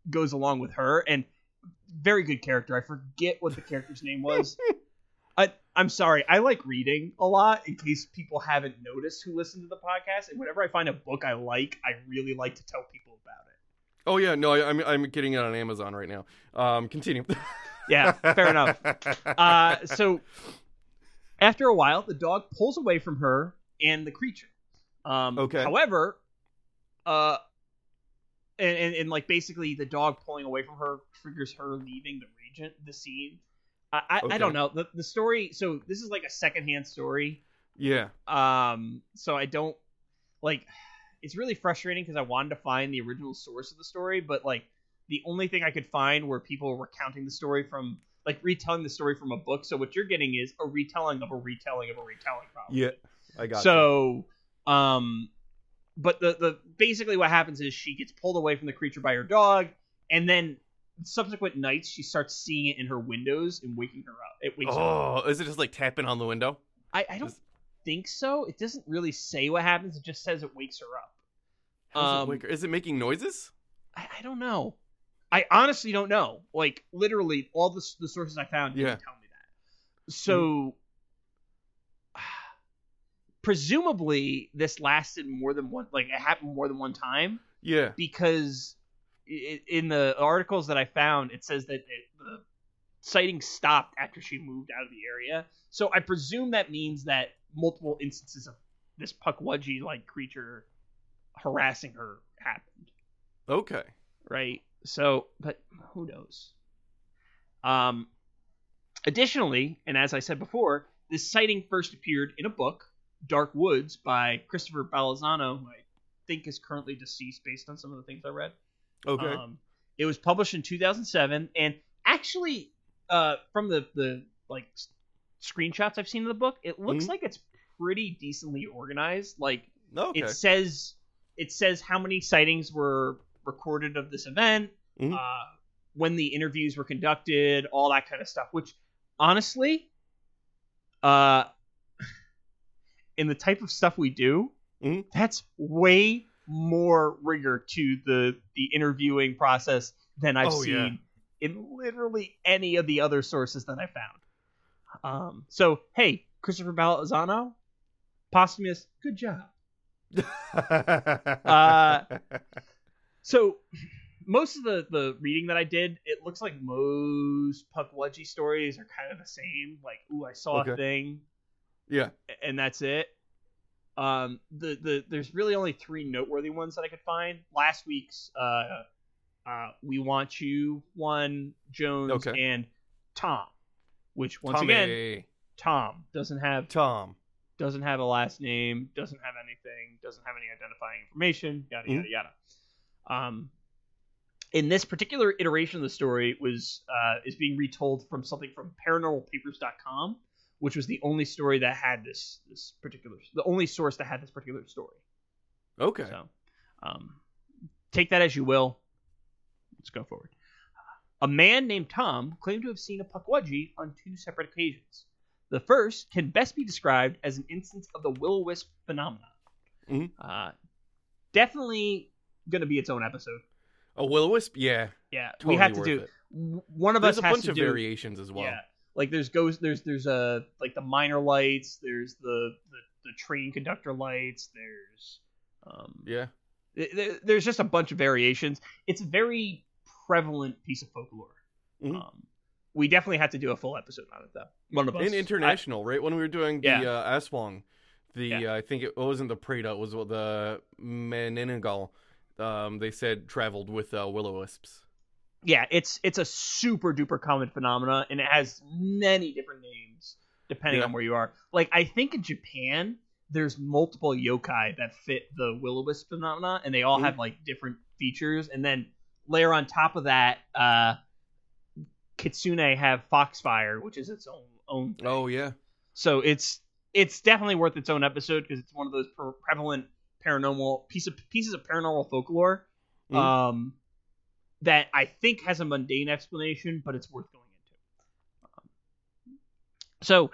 Speaker 1: goes along with her, and very good character. I forget what the character's name was. I, I'm sorry. I like reading a lot. In case people haven't noticed who listen to the podcast, and whenever I find a book I like, I really like to tell people about it.
Speaker 2: Oh yeah. No, I, I'm I'm getting it on Amazon right now. Um, continue.
Speaker 1: Yeah, fair enough. Uh, so after a while, the dog pulls away from her and the creature. Um,
Speaker 2: Okay.
Speaker 1: However, uh, and, and and like basically the dog pulling away from her triggers her leaving the region, the scene. I I, I
Speaker 2: Okay.
Speaker 1: don't know the the story. So this is like a secondhand story.
Speaker 2: yeah.
Speaker 1: Um, so I don't like. It's really frustrating because I wanted to find the original source of the story, but like the only thing I could find were people recounting the story from like retelling the story from a book. So what you're getting is a retelling of a retelling of a retelling. Probably.
Speaker 2: Yeah. I got.
Speaker 1: So, um, but the the basically what happens is she gets pulled away from the creature by her dog, and then subsequent nights she starts seeing it in her windows and waking her up. It
Speaker 2: you.
Speaker 1: wakes her up.
Speaker 2: Oh, is it just like tapping on the window?
Speaker 1: I, I don't
Speaker 2: Just-
Speaker 1: think so. It doesn't really say what happens. It just says it wakes her up.
Speaker 2: How does
Speaker 1: Um,
Speaker 2: it wake her- is it making noises?
Speaker 1: I, I don't know. I honestly don't know. Like literally, all the s- the sources I found didn't
Speaker 2: Yeah.
Speaker 1: tell me that. So,
Speaker 2: Mm.
Speaker 1: presumably, this lasted more than one. Like it happened more than one time
Speaker 2: Yeah.
Speaker 1: because i in the articles that I found, it says that it, the sighting stopped after she moved out of the area. So I presume that means that multiple instances of this puckwudgie like creature harassing her happened,
Speaker 2: Okay.
Speaker 1: right? So, but who knows? Um, additionally, and as I said before, this sighting first appeared in a book Dark Woods by Christopher Balazzano, who I think is currently deceased based on some of the things I read.
Speaker 2: Okay.
Speaker 1: Um, it was published in 2007, and actually, uh, from the the like s- screenshots I've seen of the book, it looks
Speaker 2: Mhm.
Speaker 1: like it's pretty decently organized. Like
Speaker 2: Oh, okay.
Speaker 1: it says it says how many sightings were recorded of this event,
Speaker 2: Mhm.
Speaker 1: uh, when the interviews were conducted, all that kind of stuff. Which honestly, uh, in the type of stuff we do,
Speaker 2: Mhm.
Speaker 1: that's way more rigor to the the interviewing process than I've
Speaker 2: Oh,
Speaker 1: seen
Speaker 2: yeah.
Speaker 1: in literally any of the other sources that I found. Um, so hey, Christopher Balazzano, posthumous, good job. Uh, So most of the the reading that I did, it looks like most Puckwudgie stories are kind of the same. Like, ooh, I saw
Speaker 2: Okay.
Speaker 1: a thing,
Speaker 2: yeah.
Speaker 1: a- and that's it. Um, the the there's really only three noteworthy ones that I could find. Last week's uh, uh, we want you one Jones
Speaker 2: Okay.
Speaker 1: and Tom, which once
Speaker 2: Tommy.
Speaker 1: again Tom doesn't have
Speaker 2: Tom.
Speaker 1: doesn't have a last name, doesn't have anything, doesn't have any identifying information, yada yada yada. Um, in this particular iteration of the story was uh, is being retold from something from ParanormalPapers.com, which was the only story that had this this particular the only source that had this particular story.
Speaker 2: Okay.
Speaker 1: So, um, take that as you will. Let's go forward. A man named Tom claimed to have seen a Pukwudgie on two separate occasions. The first can best be described as an instance of the will o wisp phenomenon.
Speaker 2: Mhm.
Speaker 1: Uh, definitely going to be its own episode.
Speaker 2: A will wisp. Yeah.
Speaker 1: Yeah,
Speaker 2: Totally
Speaker 1: we have to
Speaker 2: worth
Speaker 1: do.
Speaker 2: it.
Speaker 1: w- One of
Speaker 2: There's
Speaker 1: us
Speaker 2: a
Speaker 1: has
Speaker 2: bunch
Speaker 1: to
Speaker 2: of
Speaker 1: do.
Speaker 2: variations as well.
Speaker 1: Yeah, like there's goes there's there's uh, like the minor lights. There's the the, the train conductor lights. There's um,
Speaker 2: Yeah.
Speaker 1: Th- th- there's just a bunch of variations. It's a very prevalent piece of folklore.
Speaker 2: Mhm.
Speaker 1: Um, we definitely have to do a full episode on it, though. One of us.
Speaker 2: In international, right? When we were doing the
Speaker 1: Yeah.
Speaker 2: uh, Aswang, the
Speaker 1: Yeah.
Speaker 2: uh, I think it wasn't the Prada, it was what the Meningal. Um, they said traveled with uh, will o wisps.
Speaker 1: I- yeah, it's it's a super duper common phenomena, and it has many different names depending
Speaker 2: Yeah.
Speaker 1: on where you are. Like I think in Japan, there's multiple yokai that fit the will o wisp phenomena, and they all
Speaker 2: Mhm.
Speaker 1: have like different features. And then layer on top of that, uh, Kitsune have Foxfire, which is its own own thing.
Speaker 2: Oh yeah,
Speaker 1: So it's it's definitely worth its own episode because it's one of those pre- prevalent paranormal piece of pieces of paranormal folklore
Speaker 2: Mhm.
Speaker 1: um, that I think has a mundane explanation, but it's worth going into. Um, so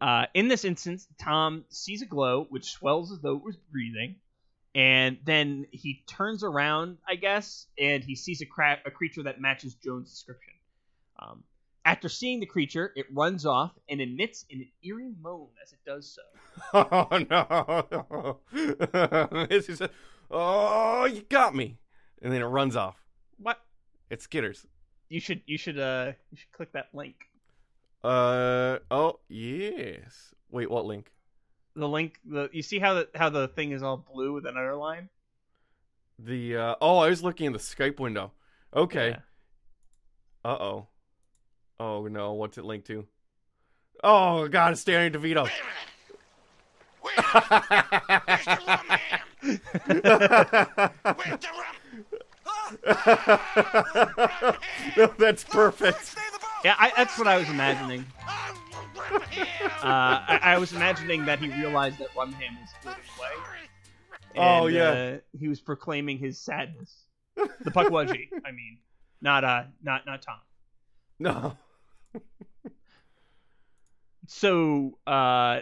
Speaker 1: uh, in this instance, Tom sees a glow which swells as though it was breathing. And then he turns around, I guess, and he sees a, cra- a creature that matches Jones' description. Um, after seeing the creature, it runs off and emits an eerie moan as it does so.
Speaker 2: oh no, It's just, oh you got me, and then it runs off.
Speaker 1: What?
Speaker 2: It's Skitters.
Speaker 1: You should you should uh you should click that link.
Speaker 2: Uh oh yes. Wait, what link?
Speaker 1: The link the you see how the how the thing is all blue with an underline?
Speaker 2: The uh, oh I was looking in the Skype window. Okay. Uh oh. Oh no, what's it linked to? Oh god, it's Danny DeVito.
Speaker 3: Wait, Mr. Lawman! Wait, the rum!
Speaker 2: No, that's perfect.
Speaker 1: Yeah, I, that's what I was imagining. Uh, I, I was imagining that he realized that Rumham was floating away.
Speaker 2: Oh,
Speaker 1: and,
Speaker 2: yeah.
Speaker 1: uh, he was proclaiming his sadness. The Puckwudgie, I mean, not uh, not not Tom.
Speaker 2: No.
Speaker 1: so uh,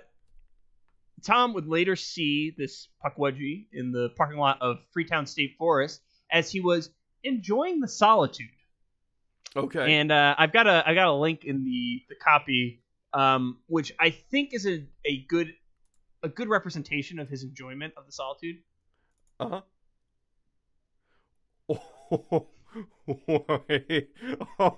Speaker 1: Tom would later see this Puckwudgie in the parking lot of Freetown State Forest as he was enjoying the solitude.
Speaker 2: Okay.
Speaker 1: And uh, I've got a I got a link in the the copy, um, which I think is a, a good a good representation of his enjoyment of the solitude.
Speaker 2: Uh huh. Wait. Oh,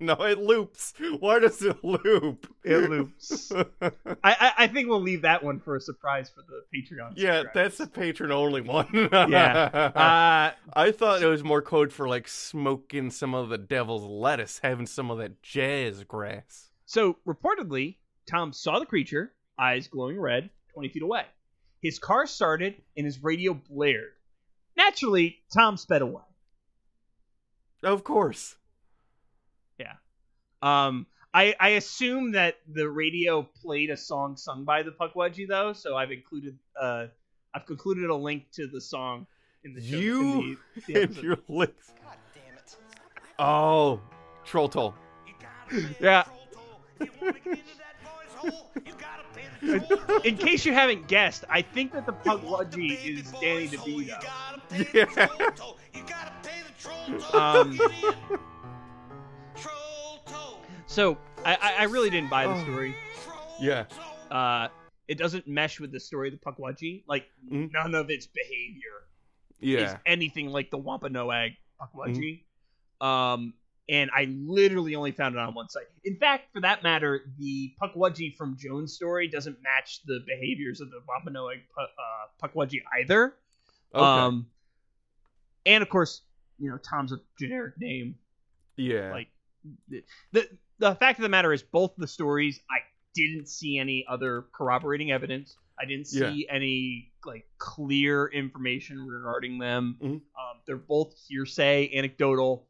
Speaker 2: no, it loops. Why does it loop?
Speaker 1: It loops. I, I I think we'll leave that one for a surprise for the Patreon.
Speaker 2: yeah,
Speaker 1: subscribers.
Speaker 2: that's the patron only one.
Speaker 1: Yeah. Uh,
Speaker 2: I thought it was more code for like smoking some of the devil's lettuce, having some of that jazz grass.
Speaker 1: So reportedly, Tom saw the creature, eyes glowing red, 20 feet away. His car started and his radio blared. Naturally, Tom sped away.
Speaker 2: Of course.
Speaker 1: Um, I, I assume that the radio played a song sung by the Puckwudgie, though, so I've included uh, I've concluded a link to the song in the show. in
Speaker 2: You
Speaker 1: the- the
Speaker 2: and
Speaker 1: episode.
Speaker 2: your licks. God damn it. Oh, troll toll. Yeah.
Speaker 1: in case you haven't guessed, I think that the Puckwudgie is Danny DeVito.
Speaker 2: Yeah.
Speaker 1: Um, so I, I, I really didn't buy
Speaker 2: Oh.
Speaker 1: the story.
Speaker 2: Yeah.
Speaker 1: Uh, it doesn't mesh with the story of the Puckwudgie. Like
Speaker 2: Mhm.
Speaker 1: none of its behavior is
Speaker 2: Yeah.
Speaker 1: anything like the Wampanoag Puckwudgie.
Speaker 2: Mm-hmm.
Speaker 1: Um, and I literally only found it on one site. In fact, for that matter, the Puckwudgie from Jones' story doesn't match the behaviors of the Wampanoag pu- uh, Puckwudgie either.
Speaker 2: Okay.
Speaker 1: Um, and of course, you know, Tom's a generic name.
Speaker 2: yeah.
Speaker 1: Like the, the the fact of the matter is, both the stories, I didn't see any other corroborating evidence. I didn't see any like clear information regarding them.
Speaker 2: Mhm.
Speaker 1: Um, they're both hearsay, anecdotal.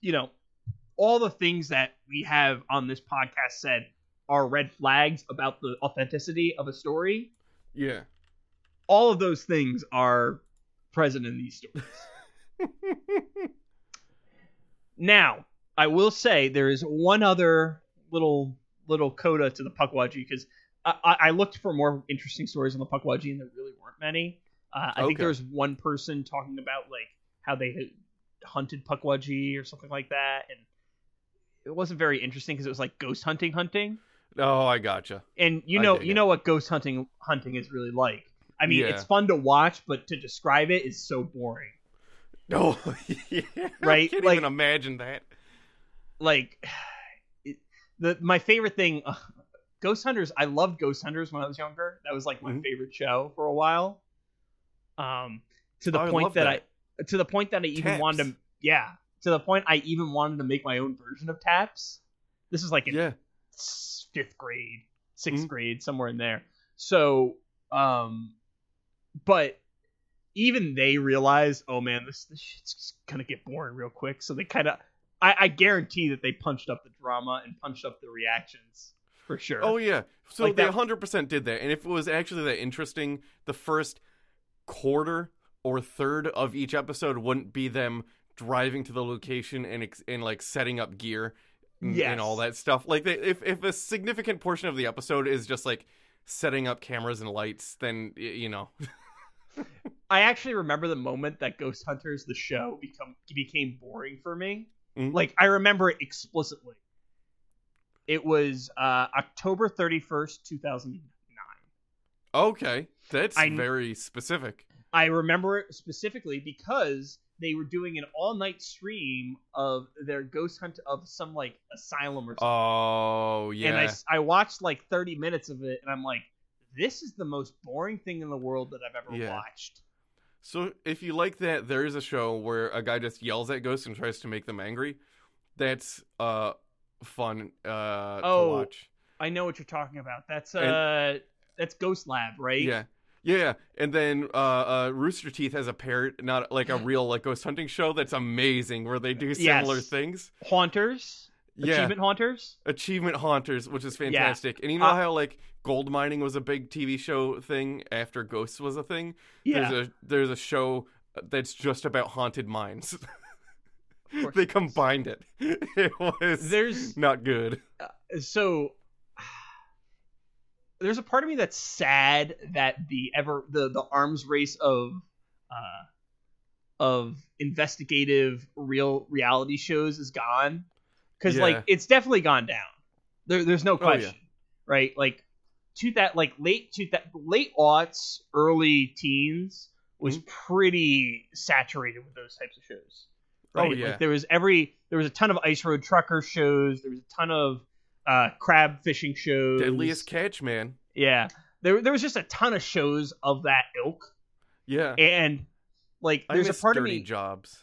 Speaker 1: You know, all the things that we have on this podcast said are red flags about the authenticity of a story.
Speaker 2: yeah.
Speaker 1: All of those things are present in these stories. Now, I will say there is one other little little coda to the Puckwudgie because I, I, I looked for more interesting stories on the Puckwudgie and there really weren't many. Uh, I think
Speaker 2: Okay.
Speaker 1: there was one person talking about like how they had hunted Puckwudgie or something like that, and it wasn't very interesting because it was like ghost hunting hunting,
Speaker 2: oh, I gotcha.
Speaker 1: and you
Speaker 2: I
Speaker 1: know
Speaker 2: dig
Speaker 1: you
Speaker 2: it.
Speaker 1: know what ghost hunting hunting is really like. I mean,
Speaker 2: Yeah.
Speaker 1: it's fun to watch, but to describe it is so boring.
Speaker 2: No. Oh, yeah. I
Speaker 1: Right,
Speaker 2: can't
Speaker 1: like-
Speaker 2: even imagine that.
Speaker 1: like it, the my favorite thing uh, ghost hunters i loved ghost hunters when i was younger that was like my
Speaker 2: Mhm.
Speaker 1: favorite show for a while um to the
Speaker 2: Oh, I
Speaker 1: point
Speaker 2: love
Speaker 1: that,
Speaker 2: that.
Speaker 1: i to the point that i even
Speaker 2: Taps.
Speaker 1: wanted to yeah to the point i even wanted to make my own version of taps this is like in
Speaker 2: Yeah.
Speaker 1: s- fifth grade, 6th
Speaker 2: Mhm.
Speaker 1: grade, somewhere in there. So, um, but even they realize, oh man, this, this shit's gonna get boring real quick. So they kind of, I, I guarantee that they punched up the drama and punched up the reactions for sure.
Speaker 2: Oh yeah. So
Speaker 1: Like
Speaker 2: they
Speaker 1: that-
Speaker 2: 100% did that. And if it was actually that interesting, the first quarter or third of each episode wouldn't be them driving to the location and ex- and like setting up gear and,
Speaker 1: Yes.
Speaker 2: and all that stuff. Like they, if if a significant portion of the episode is just like setting up cameras and lights, then y- you know.
Speaker 1: I actually remember the moment that Ghost Hunters, the show, become became boring for me.
Speaker 2: Mhm.
Speaker 1: Like I remember it explicitly. It was uh, October thirty first, two thousand nine.
Speaker 2: Okay, that's
Speaker 1: I-
Speaker 2: very specific.
Speaker 1: I remember it specifically because they were doing an all night stream of their ghost hunt of some like asylum or something.
Speaker 2: Oh yeah.
Speaker 1: And I, s- I watched like 30 minutes of it and I'm like, this is the most boring thing in the world that I've ever
Speaker 2: Yeah.
Speaker 1: watched.
Speaker 2: So if you like that, there is a show where a guy just yells at ghosts and tries to make them angry. That's uh fun uh
Speaker 1: Oh,
Speaker 2: to watch.
Speaker 1: I know what you're talking about. That's uh
Speaker 2: And-
Speaker 1: that's Ghost Lab, right?
Speaker 2: Yeah. Yeah, yeah. and then uh, uh, Rooster Teeth has a parrot, not like a real like ghost hunting show. That's amazing, where they do similar
Speaker 1: Yes.
Speaker 2: things.
Speaker 1: Haunters.
Speaker 2: Yeah,
Speaker 1: Achievement Haunters.
Speaker 2: Achievement Haunters, which is fantastic. And you know
Speaker 1: Uh,
Speaker 2: how like gold mining was a big TV show thing after Ghosts was a thing.
Speaker 1: Yeah.
Speaker 2: There's a there's a show uh, that's just about haunted mines.
Speaker 1: course
Speaker 2: they
Speaker 1: it is.
Speaker 2: combined it. It was
Speaker 1: There's
Speaker 2: not good.
Speaker 1: so there's a part of me that's sad that the ever the the arms race of uh of investigative real reality shows is gone because
Speaker 2: Yeah. Oh,
Speaker 1: like it's definitely gone down there, there's no
Speaker 2: yeah.
Speaker 1: question right like to that like late to that late aughts early teens was
Speaker 2: Mm-hmm.
Speaker 1: pretty saturated with those types of shows
Speaker 2: Oh,
Speaker 1: right
Speaker 2: yeah.
Speaker 1: like there was every there was a ton of ice road trucker shows there was a ton of uh crab fishing shows
Speaker 2: Deadliest catch, man.
Speaker 1: yeah there, there was just a ton of shows of that ilk
Speaker 2: Yeah.
Speaker 1: and like
Speaker 2: I
Speaker 1: there's a
Speaker 2: miss
Speaker 1: part of
Speaker 2: dirty
Speaker 1: me
Speaker 2: jobs.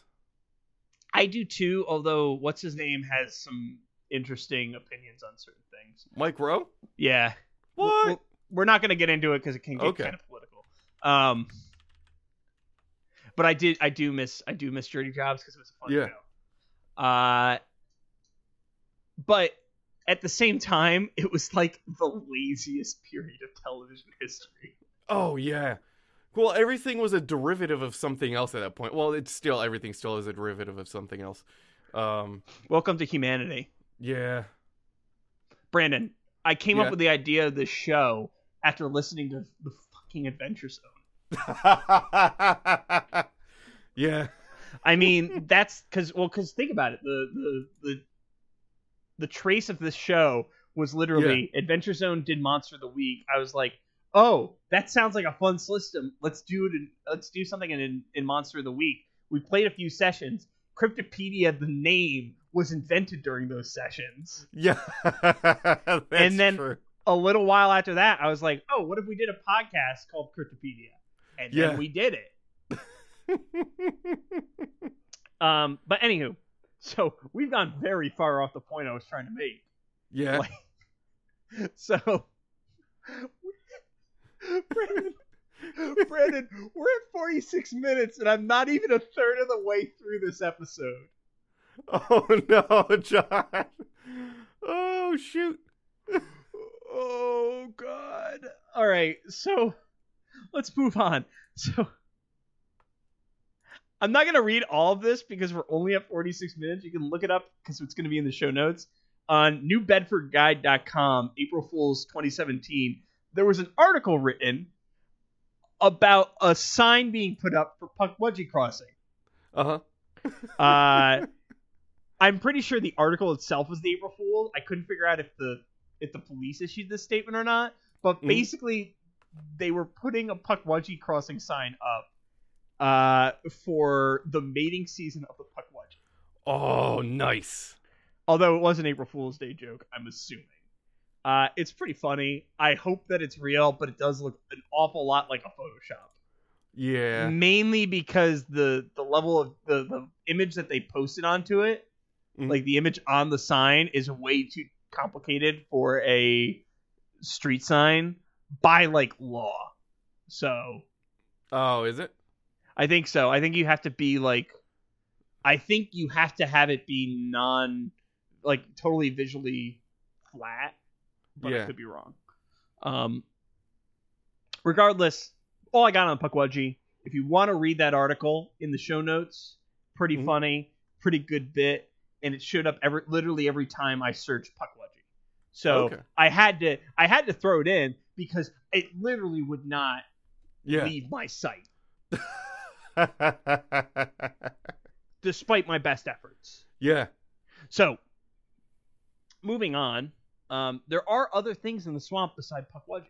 Speaker 1: I do too, although what's his name has some interesting opinions on certain things.
Speaker 2: Mike Rowe?
Speaker 1: Yeah.
Speaker 2: What?
Speaker 1: We're, we're not going to get into it because it can get
Speaker 2: Okay.
Speaker 1: kind of political. Um, but I did, I do miss, I do miss Dirty Jobs because it was a fun
Speaker 2: Yeah.
Speaker 1: show. Uh, but at the same time, it was like the laziest period of television history.
Speaker 2: Oh yeah. Well, everything was a derivative of something else at that point. Well, it's still everything still is a derivative of something else. Um,
Speaker 1: Welcome to humanity,
Speaker 2: yeah.
Speaker 1: Brandon. I came
Speaker 2: Yeah.
Speaker 1: up with the idea of this show after listening to the fucking Adventure Zone.
Speaker 2: yeah.
Speaker 1: I mean, that's because well, because think about it the the the the trace of this show was literally Adventure Zone did Monster of the Week. I was like, oh, that sounds like a fun system. Let's do it. In, let's do something in, in in Monster of the Week. We played a few sessions. Cryptopedia, the name was invented during those sessions.
Speaker 2: Yeah. That's
Speaker 1: And then-
Speaker 2: true.
Speaker 1: A little while after that, I was like, oh, what if we did a podcast called Cryptopedia? And
Speaker 2: Yeah.
Speaker 1: then we did it. Um, but anywho, so we've gone very far off the point I was trying to make.
Speaker 2: yeah.
Speaker 1: So, Brandon, Brandon, we're at 46 minutes, and I'm not even a third of the way through this episode.
Speaker 2: Oh no, John. Oh shoot.
Speaker 1: Oh God! All right, so let's move on. So. I'm not gonna read all of this because we're only at 46 minutes. You can look it up because it's gonna be in the show notes on NewBedfordGuide.com, April Fools 2017. There was an article written about a sign being put up for Puckwudgie Crossing.
Speaker 2: Uh huh.
Speaker 1: Uh, I'm pretty sure the article itself was the April Fool. I couldn't figure out if the if the police issued this statement or not. But
Speaker 2: Mhm.
Speaker 1: basically, they were putting a Puckwudgie crossing sign up uh, for the mating season of the Puckwudgie.
Speaker 2: Oh, nice.
Speaker 1: Although it was an April Fool's Day joke, I'm assuming. Uh, it's pretty funny. I hope that it's real, but it does look an awful lot like a Photoshop Mm.
Speaker 2: Yeah.
Speaker 1: mainly because the the level of the, the image that they posted onto it
Speaker 2: Mhm.
Speaker 1: like the image on the sign is way too complicated for a street sign by like law so
Speaker 2: Oh, is it?
Speaker 1: i think so i think you have to be like i think you have to have it be non like totally visually flat but i
Speaker 2: Yeah.
Speaker 1: could be wrong um regardless, all I got on Puckwudgie. If you want to read that article in the show notes, pretty
Speaker 2: Mhm.
Speaker 1: funny, pretty good bit, and it showed up every literally every time I searched Puckwudgie. So
Speaker 2: Okay.
Speaker 1: I had to I had to throw it in because it literally would not
Speaker 2: Yeah.
Speaker 1: leave my site
Speaker 2: yeah.
Speaker 1: despite my best efforts. So moving on, um, there are other things in the swamp beside Puckwudgie,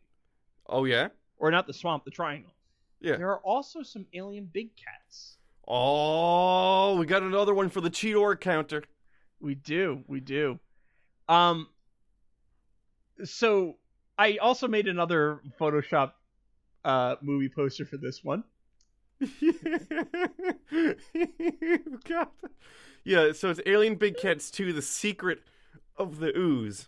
Speaker 2: Oh yeah.
Speaker 1: or not the swamp, the triangle.
Speaker 2: Yeah.
Speaker 1: There are also some alien big cats.
Speaker 2: Oh, we got another one for the Cheetor counter.
Speaker 1: We do, we do. Um so I also made another Photoshop uh movie poster for this one.
Speaker 2: God. Yeah, so it's Alien Big Cats 2, The Secret of the Ooze.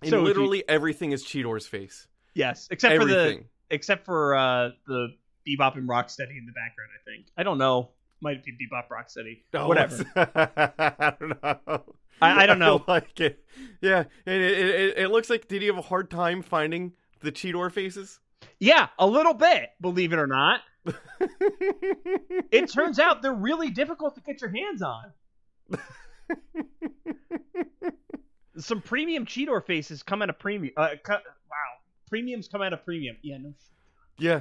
Speaker 2: And
Speaker 1: So if you-
Speaker 2: literally everything is Cheetor's face.
Speaker 1: Yes, except for
Speaker 2: everything.
Speaker 1: the except for uh the Bebop and Rocksteady in the background, I think. I don't know. Might be Bebop Rocksteady.
Speaker 2: Oh,
Speaker 1: Whatever.
Speaker 2: I don't know.
Speaker 1: I- I don't know.
Speaker 2: like it. Yeah, and it, it, it- it looks like did he have a hard time finding the Cheetor faces?
Speaker 1: Yeah, a little bit, believe it or not. It turns out they're really difficult to get your hands on. Some premium Cheetor faces come at a premium. Uh, co- wow, premiums come at a premium. Yeah, no, sh-
Speaker 2: yeah.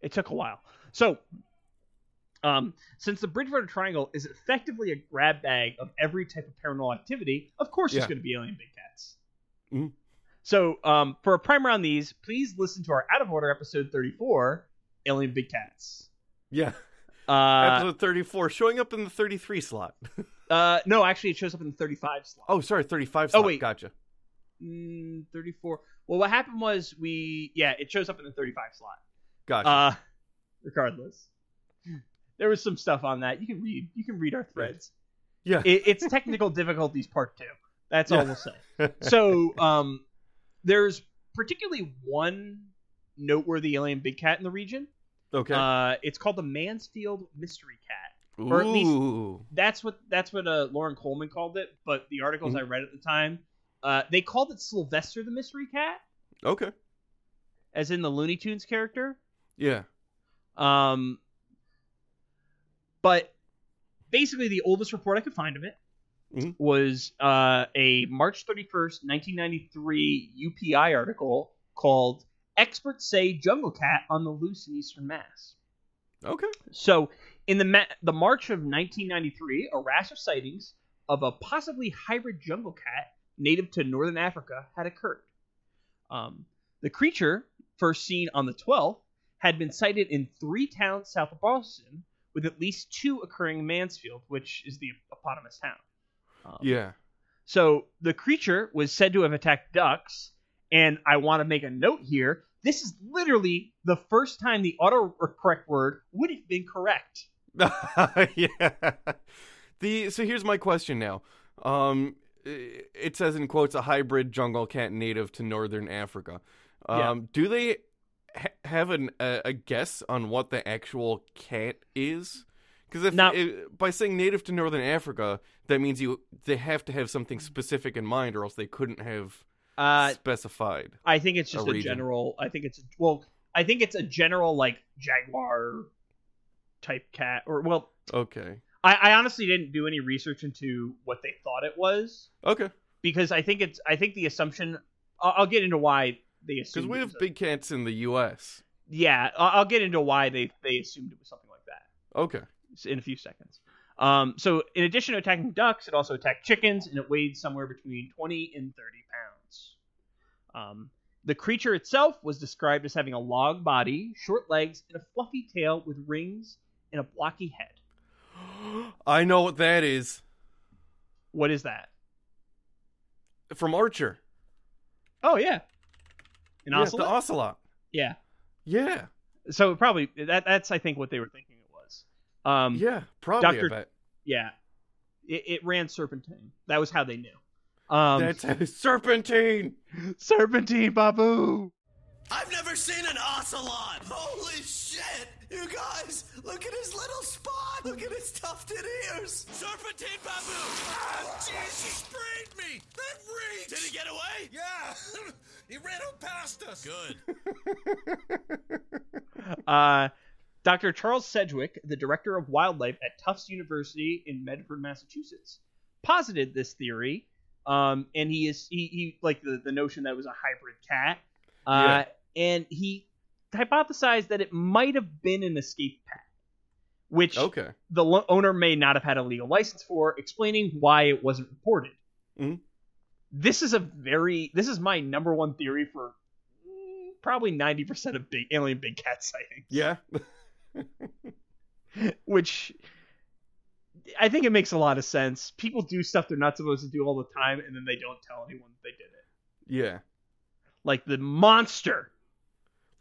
Speaker 1: it took a while. So, um, since the Bridgewater Triangle is effectively a grab bag of every type of paranormal activity, of course
Speaker 2: Yeah.
Speaker 1: there's going to be alien big cats. Mm-hmm.
Speaker 2: Mhm.
Speaker 1: So, um, for a primer on these, please listen to our out of order episode 34, Alien Big Cats.
Speaker 2: Yeah.
Speaker 1: Uh,
Speaker 2: Episode 34 showing up in the 33 slot.
Speaker 1: Uh, no, actually, it shows up in the 35 slot.
Speaker 2: Oh, sorry, 35
Speaker 1: Oh,
Speaker 2: slot.
Speaker 1: wait.
Speaker 2: Gotcha.
Speaker 1: Mm, 34. Well, what happened was we, yeah, it shows up in the 35 slot.
Speaker 2: Gotcha.
Speaker 1: Uh, regardless, there was some stuff on that. You can read, you can read our threads.
Speaker 2: Yeah.
Speaker 1: it, it's technical difficulties part two. That's all we'll say. So um, there's particularly one noteworthy alien big cat in the region.
Speaker 2: okay.
Speaker 1: Uh, it's called the Mansfield Mystery Cat. or at least-
Speaker 2: Ooh.
Speaker 1: That's what that's what uh, Lauren Coleman called it. But the articles I read at the time, uh, they called it Sylvester the Mystery Cat,
Speaker 2: Okay.
Speaker 1: as in the Looney Tunes character.
Speaker 2: Yeah.
Speaker 1: Um, but basically, the oldest report I could find of it
Speaker 2: Mhm.
Speaker 1: was uh, a March 31st, 1993 UPI article called Experts Say Jungle Cat on the Loose in Eastern Mass.
Speaker 2: Okay.
Speaker 1: So, in the, ma- the March of 1993, a rash of sightings of a possibly hybrid jungle cat native to northern Africa had occurred. Um, the creature, first seen on the 12th, had been sighted in three towns south of Boston, with at least two occurring in Mansfield, which is the eponymous town. Um,
Speaker 2: Yeah.
Speaker 1: so the creature was said to have attacked ducks, and I want to make a note here. This is literally the first time the autocorrect word would have been correct.
Speaker 2: yeah. The so here's my question now. Um, i- it says in quotes a hybrid jungle cat native to northern Africa. Um,
Speaker 1: Yeah.
Speaker 2: do they ha- have an, a, a guess on what the actual cat is? Because if,
Speaker 1: Not-
Speaker 2: i- by saying native to northern Africa, that means you they have to have something specific in mind, or else they couldn't have
Speaker 1: Uh,
Speaker 2: specified.
Speaker 1: I think it's just
Speaker 2: A
Speaker 1: a,
Speaker 2: region.
Speaker 1: general. I think it's well. I think it's a general like jaguar type cat, or well,
Speaker 2: Okay.
Speaker 1: I, I honestly didn't do any research into what they thought it was
Speaker 2: Okay.
Speaker 1: because I think it's. I think the assumption. I'll, I'll get into why they assumed.
Speaker 2: Because we
Speaker 1: it
Speaker 2: have
Speaker 1: was a-
Speaker 2: big cats in the U.S.
Speaker 1: yeah, I'll, I'll get into why they they assumed it was something like that.
Speaker 2: Okay.
Speaker 1: in a few seconds. Um, so, in addition to attacking ducks, it also attacked chickens, and it weighed somewhere between 20 and 30 pounds. Um, the creature itself was described as having a long body, short legs, and a fluffy tail with rings and a blocky head.
Speaker 2: I know what that is
Speaker 1: What is that?
Speaker 2: from Archer.
Speaker 1: Oh yeah, an
Speaker 2: yeah,
Speaker 1: ocelot.
Speaker 2: The ocelot.
Speaker 1: yeah.
Speaker 2: Yeah.
Speaker 1: So probably that, that's I think what they were thinking it was. Um, yeah.
Speaker 2: yeah. Probably.
Speaker 1: Dr.
Speaker 2: I bet.
Speaker 1: It, it ran serpentine. That was how they knew. Um,
Speaker 2: That's a serpentine.
Speaker 1: serpentine, babu.
Speaker 4: I've never seen an ocelot. Holy shit! You guys, look at his little spot. Look at his tufted ears. Serpentine baboon. Ah, Jesus, sprayed me. That reached. Did he get away? Yeah. he ran up past us. Good.
Speaker 1: Uh, Dr. Charles Sedgwick, the director of wildlife at Tufts University in Medford, Massachusetts, posited this theory. Um, and he is he, he like the, the notion that it was a hybrid cat. Uh, and he hypothesized that it might have been an escape cat, which
Speaker 2: Okay.
Speaker 1: the lo- owner may not have had a legal license for, explaining why it wasn't reported.
Speaker 2: Mhm.
Speaker 1: This is a very this is my number one theory for mm, probably ninety percent of big alien big cat sightings
Speaker 2: Yeah.
Speaker 1: which I think it makes a lot of sense. People do stuff they're not supposed to do all the time, and then they don't tell anyone that they did it.
Speaker 2: Yeah.
Speaker 1: Like the monster,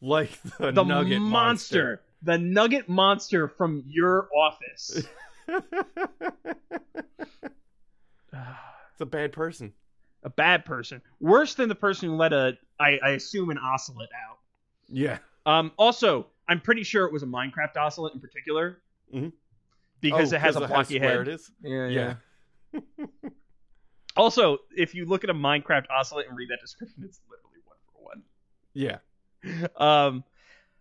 Speaker 2: Like the,
Speaker 1: the
Speaker 2: nugget monster.
Speaker 1: monster, the nugget monster from your office.
Speaker 2: it's a bad person.
Speaker 1: a bad person, worse than the person who let a, I, I assume, an ocelot out.
Speaker 2: Yeah.
Speaker 1: Um, also, I'm pretty sure it was a Minecraft ocelot in particular,
Speaker 2: Mhm.
Speaker 1: because
Speaker 2: Oh,
Speaker 1: it has a
Speaker 2: of how
Speaker 1: blocky
Speaker 2: square
Speaker 1: head.
Speaker 2: It is.
Speaker 1: Yeah,
Speaker 2: Yeah.
Speaker 1: Also, if you look at a Minecraft ocelot and read that description, it's literally one for one.
Speaker 2: Yeah.
Speaker 1: Um,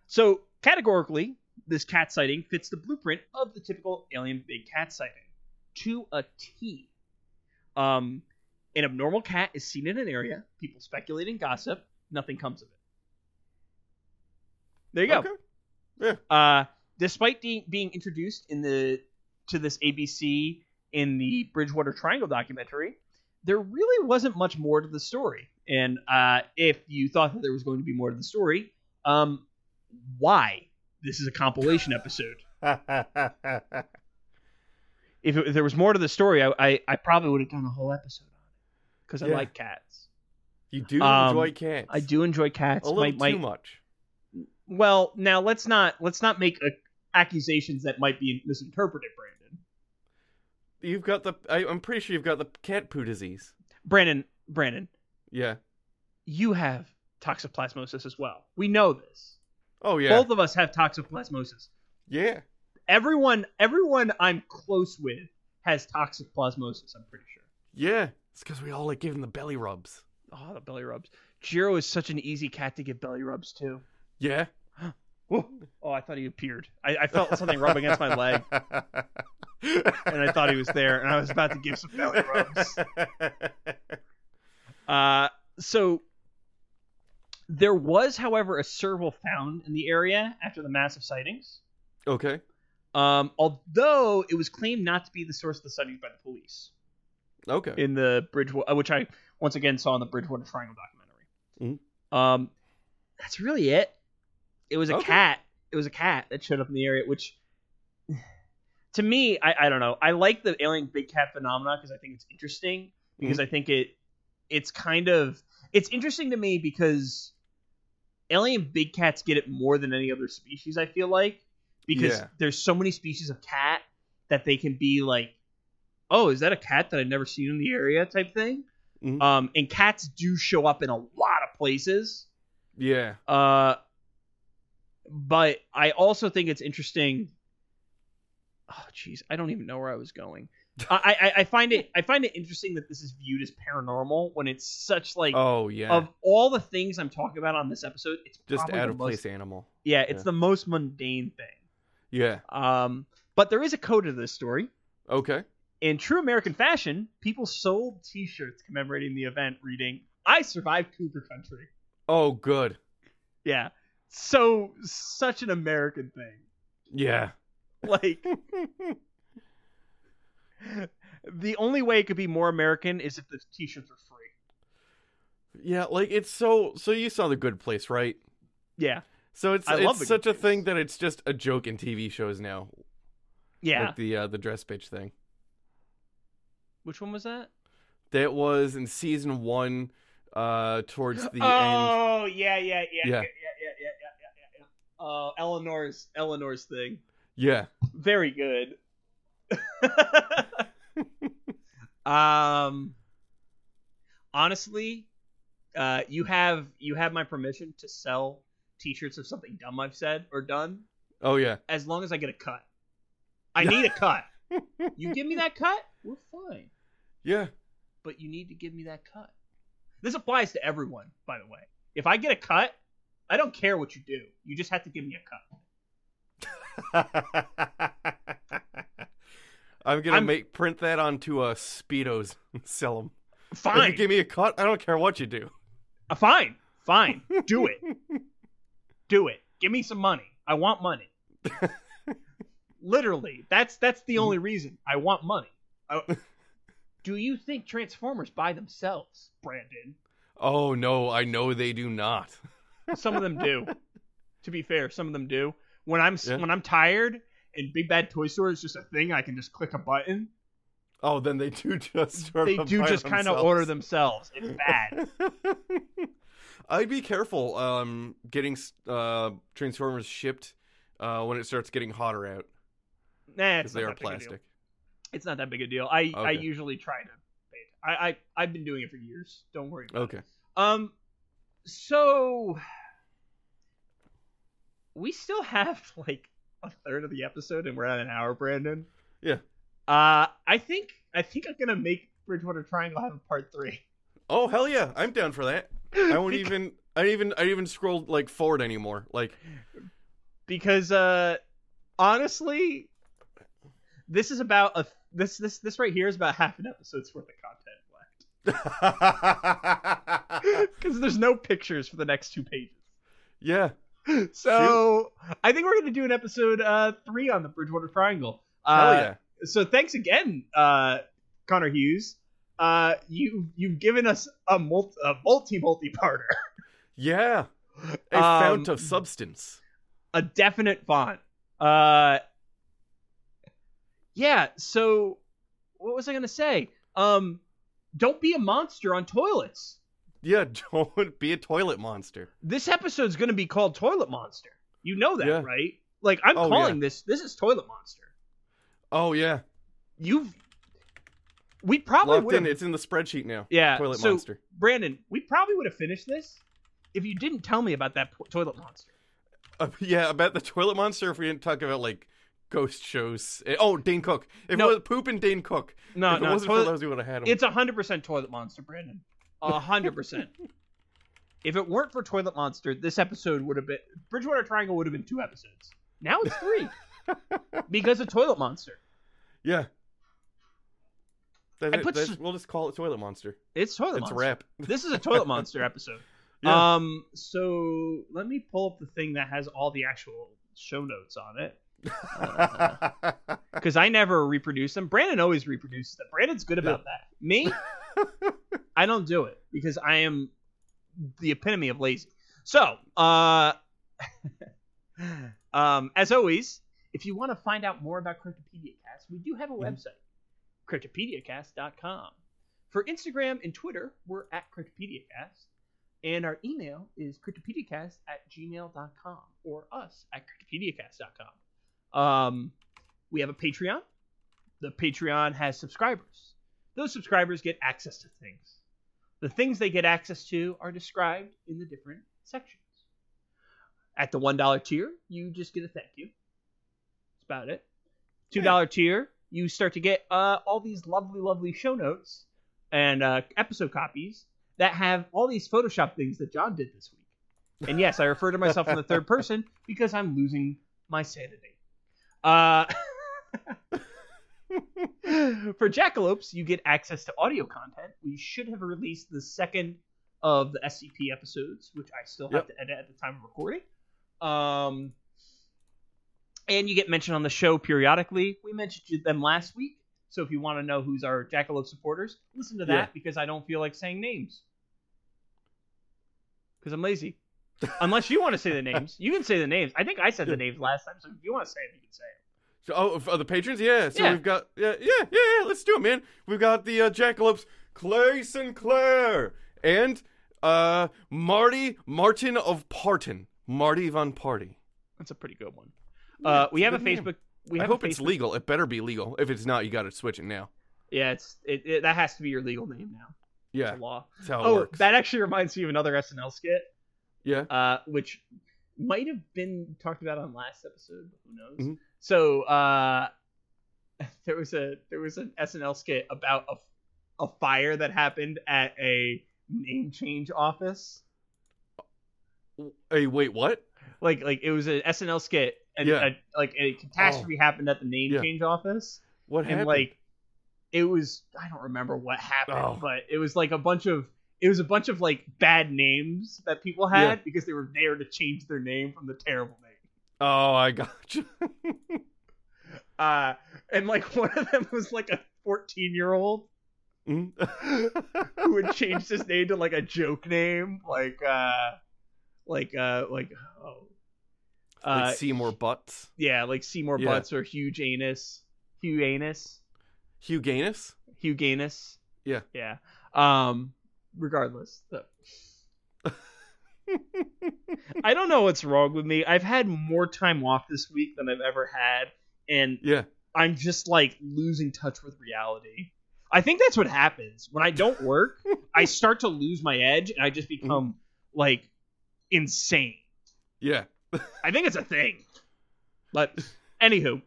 Speaker 1: so categorically, this cat sighting fits the blueprint of the typical alien big cat sighting to a T. Um, an abnormal cat is seen in an area. People speculate and gossip. Nothing comes of it. There you
Speaker 2: Okay.
Speaker 1: go.
Speaker 2: Yeah.
Speaker 1: Uh, despite de- being introduced in the to this ABC in the Bridgewater Triangle documentary, there really wasn't much more to the story. And uh, if you thought that there was going to be more to the story, um, why? This is a compilation episode. If, it, if there was more to the story, I, I, I probably would have done a whole episode on it because I
Speaker 2: Yeah.
Speaker 1: like cats.
Speaker 2: you do
Speaker 1: Um,
Speaker 2: enjoy cats.
Speaker 1: I do enjoy cats.
Speaker 2: A little
Speaker 1: My- my-
Speaker 2: too much.
Speaker 1: Well, now let's not let's not make uh accusations that might be misinterpreted, Brandon.
Speaker 2: You've got the. I, I'm pretty sure you've got the cat poo disease.
Speaker 1: Brandon, Brandon,
Speaker 2: Yeah.
Speaker 1: you have toxoplasmosis as well. We know this.
Speaker 2: Oh yeah.
Speaker 1: Both of us have toxoplasmosis.
Speaker 2: yeah.
Speaker 1: Everyone, everyone I'm close with has toxoplasmosis. I'm pretty sure.
Speaker 2: Yeah. It's because we all like give him the belly rubs.
Speaker 1: Oh, the belly rubs. Jiro is such an easy cat to give belly rubs to.
Speaker 2: Yeah.
Speaker 1: Whoa. Oh, I thought he appeared. I, I felt something rub against my leg, and I thought he was there, and I was about to give some belly rubs. Uh, so there was, however, a serval found in the area after the massive sightings.
Speaker 2: okay.
Speaker 1: Um, although it was claimed not to be the source of the sightings by the police
Speaker 2: Okay.
Speaker 1: in the Bridgewater, which I once again saw in the Bridgewater Triangle documentary. Um, that's really it. It was a
Speaker 2: Mm-hmm. Okay.
Speaker 1: cat. It was a cat that showed up in the area, which to me, I, I don't know. I like the alien big cat phenomena because I think it's interesting because
Speaker 2: Mm-hmm.
Speaker 1: I think it it's kind of it's interesting to me because alien big cats get it more than any other species. I feel like because
Speaker 2: Yeah.
Speaker 1: there's so many species of cat that they can be like oh, is that a cat that I've never seen in the area type thing.
Speaker 2: Mhm.
Speaker 1: Um, and cats do show up in a lot of places.
Speaker 2: yeah.
Speaker 1: Uh, but I also think it's interesting. Oh, jeez, I don't even know where I was going. I, I I find it I find it interesting that this is viewed as paranormal when it's such like
Speaker 2: Oh yeah.
Speaker 1: of all the things I'm talking about on this episode, it's
Speaker 2: Just
Speaker 1: probably
Speaker 2: out
Speaker 1: the
Speaker 2: of
Speaker 1: most-
Speaker 2: place animal.
Speaker 1: Yeah, it's
Speaker 2: Yeah.
Speaker 1: the most mundane thing.
Speaker 2: Yeah.
Speaker 1: Um, but there is a code to this story.
Speaker 2: Okay.
Speaker 1: In true American fashion, people sold T-shirts commemorating the event, reading "I survived Cougar Country."
Speaker 2: Oh good.
Speaker 1: Yeah, so such an American thing.
Speaker 2: Yeah.
Speaker 1: Like the only way it could be more American is if the T-shirts were free.
Speaker 2: Yeah. Like it's so. So you saw the Good Place, right?
Speaker 1: Yeah,
Speaker 2: So it's
Speaker 1: I love The
Speaker 2: it's such
Speaker 1: Good
Speaker 2: a thing
Speaker 1: Place.
Speaker 2: that it's just a joke in TV shows now.
Speaker 1: yeah.
Speaker 2: Like the uh, the dress bitch thing.
Speaker 1: Which one was that?
Speaker 2: That was in season one, uh, towards the end.
Speaker 1: oh yeah, yeah, yeah, yeah, yeah, yeah, yeah,
Speaker 2: Yeah.
Speaker 1: yeah, yeah, yeah. yeah. Uh, Eleanor's Eleanor's thing.
Speaker 2: Yeah.
Speaker 1: very good. um, honestly, uh, you have you have my permission to sell T-shirts of something dumb I've said or done,
Speaker 2: Oh yeah.
Speaker 1: as long as I get a cut. I need a cut. You give me that cut, we're fine.
Speaker 2: Yeah.
Speaker 1: But you need to give me that cut. This applies to everyone, by the way. If I get a cut, I don't care what you do. You just have to give me a cut.
Speaker 2: I'm gonna
Speaker 1: I'm-
Speaker 2: make print that onto uh speedos and sell them.
Speaker 1: Fine.
Speaker 2: you give me a cut. I don't care what you do.
Speaker 1: Uh, fine, fine. Do it. Do it. Give me some money. I want money. Literally, that's that's the
Speaker 2: Mm-hmm.
Speaker 1: only reason I want money. I- do you think Transformers by themselves, Brandon?
Speaker 2: Oh no, I know they do not.
Speaker 1: Some of them do. to be fair, some of them do. When I'm s
Speaker 2: Yeah.
Speaker 1: when I'm tired and Big Bad Toy Store is just a thing, I can just click a button.
Speaker 2: Oh, then they do just sort
Speaker 1: They
Speaker 2: of
Speaker 1: do
Speaker 2: buy
Speaker 1: just kind of order
Speaker 2: themselves.
Speaker 1: themselves. It's bad.
Speaker 2: I'd be careful um getting s- uh Transformers shipped uh when it starts getting hotter out
Speaker 1: nah, it's
Speaker 2: because they
Speaker 1: not
Speaker 2: are
Speaker 1: that big a deal.
Speaker 2: plastic.
Speaker 1: it's not that big a deal. I I
Speaker 2: Okay.
Speaker 1: usually try to. pay it. I, I I've been doing it for years. Don't worry. About
Speaker 2: Okay.
Speaker 1: It. Um. So we still have like a third of the episode, and we're at an hour, Brandon.
Speaker 2: Yeah.
Speaker 1: Uh, I think I think I'm gonna make Bridgewater Triangle have a part three.
Speaker 2: Oh hell yeah, I'm down for that. I won't even I even I even scrolled like forward anymore. Like
Speaker 1: because uh honestly this is about a this this this right here is about half an episode's worth of content left because there's no pictures for the next two pages
Speaker 2: yeah.
Speaker 1: so i think we're gonna do an episode uh three on the bridgewater triangle
Speaker 2: Hell
Speaker 1: uh
Speaker 2: yeah.
Speaker 1: so thanks again uh connor hughes uh you you've given us a multi a multi multi-parter
Speaker 2: Yeah. A
Speaker 1: Um,
Speaker 2: fount of substance.
Speaker 1: a definite font. Uh, yeah. So, what was I gonna say? Um, don't be a monster on toilets.
Speaker 2: Yeah, don't be a toilet monster.
Speaker 1: This episode's gonna be called Toilet Monster. You know that,
Speaker 2: Yeah.
Speaker 1: right? Like I'm
Speaker 2: Oh,
Speaker 1: calling this. This is Toilet Monster.
Speaker 2: Oh yeah.
Speaker 1: You've we probably
Speaker 2: Locked
Speaker 1: would have
Speaker 2: in. It's in the spreadsheet now.
Speaker 1: Yeah.
Speaker 2: Toilet
Speaker 1: so,
Speaker 2: monster.
Speaker 1: Brandon, we probably would have finished this if you didn't tell me about that po- toilet monster.
Speaker 2: Uh, yeah, about the toilet monster. If we didn't talk about like ghost shows. Eh, Oh, Dane Cook. If
Speaker 1: No.
Speaker 2: it was poop and Dane Cook.
Speaker 1: No,
Speaker 2: if
Speaker 1: no,
Speaker 2: It wasn't
Speaker 1: toilet-
Speaker 2: for those, we would have had him.
Speaker 1: It's a hundred percent toilet monster, Brandon. A hundred percent. If it weren't for toilet monster, this episode would have been Bridgewater Triangle would have been two episodes. Now it's three because of toilet monster.
Speaker 2: yeah. That-
Speaker 1: I put
Speaker 2: that's-
Speaker 1: s-
Speaker 2: we'll just call it toilet monster.
Speaker 1: It's toilet.
Speaker 2: It's a
Speaker 1: monster.
Speaker 2: wrap.
Speaker 1: This is a toilet monster episode.
Speaker 2: Yeah.
Speaker 1: Um. So let me pull up the thing that has all the actual show notes on it because I never reproduce them. Brandon always reproduces them. Brandon's good about that. Me, I don't do it because I am the epitome of lazy. So, uh, um, as always, if you want to find out more about Cryptopedia Cast, we do have a website, cryptopediacast.com. For Instagram and Twitter, we're at Cryptopedia Cast. And our email is cryptopediacast at gmail.com or us at cryptopediacast.com. Um, we have a Patreon. The Patreon has subscribers. Those subscribers get access to things. The things they get access to are described in the different sections. At the $1 tier, you just get a thank you. That's about it. $2 tier, you start to get uh, all these lovely, lovely show notes and uh, episode copies that have all these Photoshop things that John did this week. And yes, I refer to myself in the third person because I'm losing my sanity. Uh, for Jackalopes, you get access to audio content. We should have released the second of the SCP episodes, which I still have
Speaker 2: Yep.
Speaker 1: to edit at the time of recording. Um, and you get mentioned on the show periodically. We mentioned you- them last week, so if you want to know who's our Jackalope supporters, listen to that
Speaker 2: Yeah.
Speaker 1: because I don't feel like saying names because I'm lazy. Unless you want to say the names, you can say the names. I think I said the names last time, so if you want to say it, you can say it.
Speaker 2: So, oh, for the patrons, yeah. So
Speaker 1: Yeah.
Speaker 2: we've got yeah, yeah, yeah, yeah. Let's do it, man. We've got the uh, Jackalopes, Clay Sinclair, and uh, Marty Martin of Parton, Marty von Party.
Speaker 1: That's a pretty good one. Uh, we have a
Speaker 2: good name.
Speaker 1: Facebook. We
Speaker 2: I
Speaker 1: have
Speaker 2: hope
Speaker 1: a
Speaker 2: it's
Speaker 1: Facebook-
Speaker 2: legal. It better be legal. If it's not, you got to switch it now.
Speaker 1: Yeah, it's it, it, that has to be your legal name now.
Speaker 2: Yeah,
Speaker 1: It's a law.
Speaker 2: that's how it
Speaker 1: Oh,
Speaker 2: works.
Speaker 1: that actually reminds me of another SNL skit,
Speaker 2: yeah,
Speaker 1: uh, which might have been talked about on last episode. but Who knows?
Speaker 2: Mhm.
Speaker 1: So uh, there was a there was an SNL skit about a a fire that happened at a name change office.
Speaker 2: hey, wait, what?
Speaker 1: Like like it was an SNL skit and
Speaker 2: Yeah. Oh.
Speaker 1: a, like a catastrophe happened at the name
Speaker 2: Yeah.
Speaker 1: change office.
Speaker 2: What
Speaker 1: and
Speaker 2: happened?
Speaker 1: like it was i don't remember what happened
Speaker 2: Oh.
Speaker 1: but it was like a bunch of it was a bunch of like bad names that people had
Speaker 2: Yeah.
Speaker 1: because they were there to change their name from the terrible name
Speaker 2: oh, I got you.
Speaker 1: uh and like one of them was like a 14 year old who had changed his name to like a joke name like uh like uh like oh uh
Speaker 2: like Seymour Butts,
Speaker 1: yeah like seymour
Speaker 2: Yeah.
Speaker 1: butts or huge anus hugh anus
Speaker 2: Hugh Gaines.
Speaker 1: Hugh Gaines.
Speaker 2: Yeah.
Speaker 1: Yeah. Um regardless. though. I don't know what's wrong with me. I've had more time off this week than I've ever had and
Speaker 2: Yeah,
Speaker 1: I'm just like losing touch with reality. I think that's what happens. When I don't work, I start to lose my edge and I just
Speaker 2: Mm-hmm.
Speaker 1: become like insane.
Speaker 2: yeah.
Speaker 1: I think it's a thing. But anywho,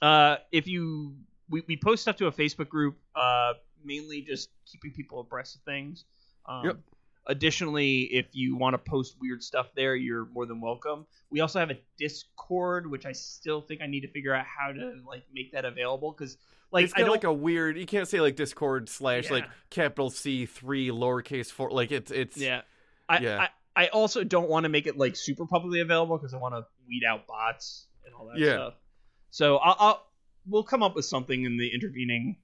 Speaker 1: uh, if you we, we post stuff to a Facebook group, uh, mainly just keeping people abreast of things. Um,
Speaker 2: Yep.
Speaker 1: Additionally, if you want to post weird stuff there, you're more than welcome. We also have a Discord, which I still think I need to figure out how to like make that available because like
Speaker 2: it's
Speaker 1: I
Speaker 2: got
Speaker 1: don't
Speaker 2: like a weird. You can't say like Discord slash like
Speaker 1: Yeah.
Speaker 2: capital C three lowercase four. Like it's it's
Speaker 1: Yeah. I,
Speaker 2: Yeah.
Speaker 1: I, I also don't want to make it like super publicly available because I want to weed out bots and all that
Speaker 2: Yeah.
Speaker 1: stuff. So I'll, I'll we'll come up with something in the intervening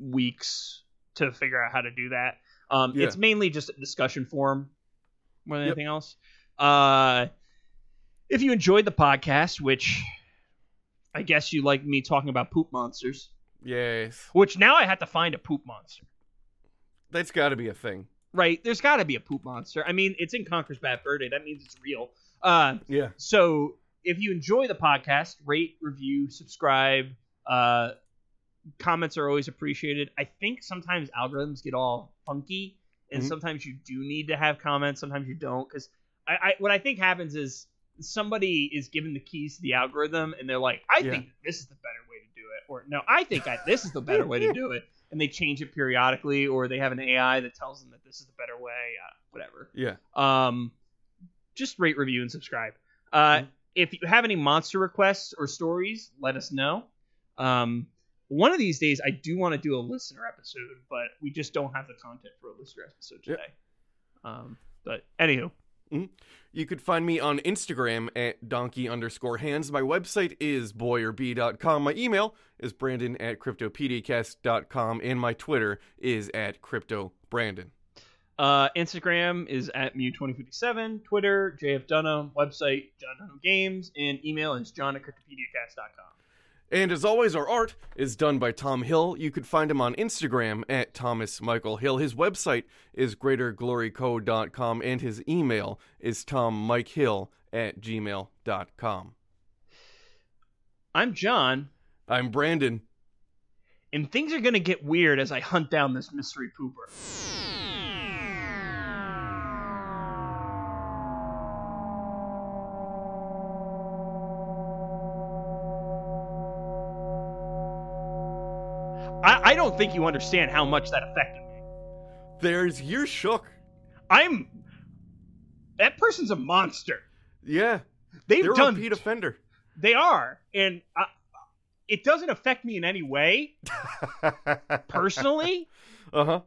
Speaker 1: weeks to figure out how to do that. Um,
Speaker 2: Yeah.
Speaker 1: It's mainly just a discussion forum more than
Speaker 2: Yep.
Speaker 1: anything else. Uh, if you enjoyed the podcast, which I guess you like me talking about poop monsters,
Speaker 2: yes.
Speaker 1: which now I have to find a poop monster
Speaker 2: That's got to be a thing.
Speaker 1: right? There's got to be a poop monster. I mean, it's in Conker's Bad Fur Day. That means it's real. Uh,
Speaker 2: Yeah.
Speaker 1: so if you enjoy the podcast, rate, review, subscribe, uh, comments are always appreciated. I think sometimes algorithms get all funky, and
Speaker 2: Mhm.
Speaker 1: sometimes you do need to have comments, sometimes you don't. Because I, I, what I think happens is somebody is given the keys to the algorithm, and they're like, "I
Speaker 2: Yeah.
Speaker 1: think this is the better way to do it," or "No, I think I, this is the better way to do it," and they change it periodically, or they have an AI that tells them that this is the better way, uh, whatever
Speaker 2: Yeah.
Speaker 1: um, just rate, review, and subscribe. Uh, If you have any monster requests or stories, let us know. Um, one of these days, I do want to do a listener episode, but we just don't have the content for a listener episode
Speaker 2: Yep.
Speaker 1: today. Um, but anywho,
Speaker 2: You could find me on Instagram at donkey underscore hands. My website is boyerb.com. My email is brandon at cryptopdcast.com. And my Twitter is at cryptobrandon.
Speaker 1: uh, Instagram is at Mew2057, Twitter, JF Dunham, website, John Dunham Games, and email is john at cryptopediacast.com.
Speaker 2: And as always, our art is done by Tom Hill. You could find him on Instagram at Thomas Michael Hill. His website is greatergloryco.com. And his email is tommikehill at gmail.com.
Speaker 1: I'm John,
Speaker 2: I'm Brandon.
Speaker 1: and things are going to get weird as I hunt down this mystery pooper. I, I don't think you understand how much that affected me.
Speaker 2: There's you're shook.
Speaker 1: I'm. That person's a monster.
Speaker 2: Yeah.
Speaker 1: They've
Speaker 2: They're a
Speaker 1: done.
Speaker 2: repeat offender.
Speaker 1: They are, and I, it doesn't affect me in any way personally.
Speaker 2: Uh huh.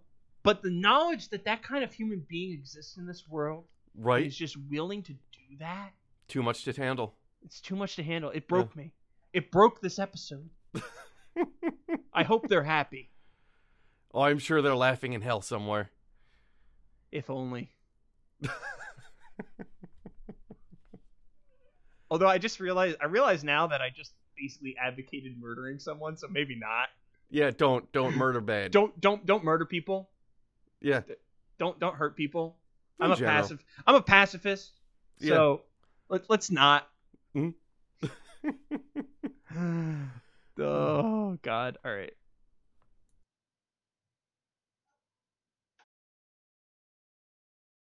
Speaker 1: but the knowledge that that kind of human being exists in this world and
Speaker 2: Right.
Speaker 1: is just willing to do that
Speaker 2: Too much to handle.
Speaker 1: it's too much to handle it broke me it broke this episode i hope they're happy
Speaker 2: Oh, I'm sure they're laughing in hell somewhere.
Speaker 1: if only although i just realized i realize now that i just basically advocated murdering someone so maybe not
Speaker 2: Yeah, don't don't murder bad.
Speaker 1: don't don't don't murder people
Speaker 2: Yeah.
Speaker 1: don't don't hurt people
Speaker 2: In
Speaker 1: i'm a
Speaker 2: general.
Speaker 1: passive i'm a pacifist so let, let's not
Speaker 2: Mhm.
Speaker 1: oh god all right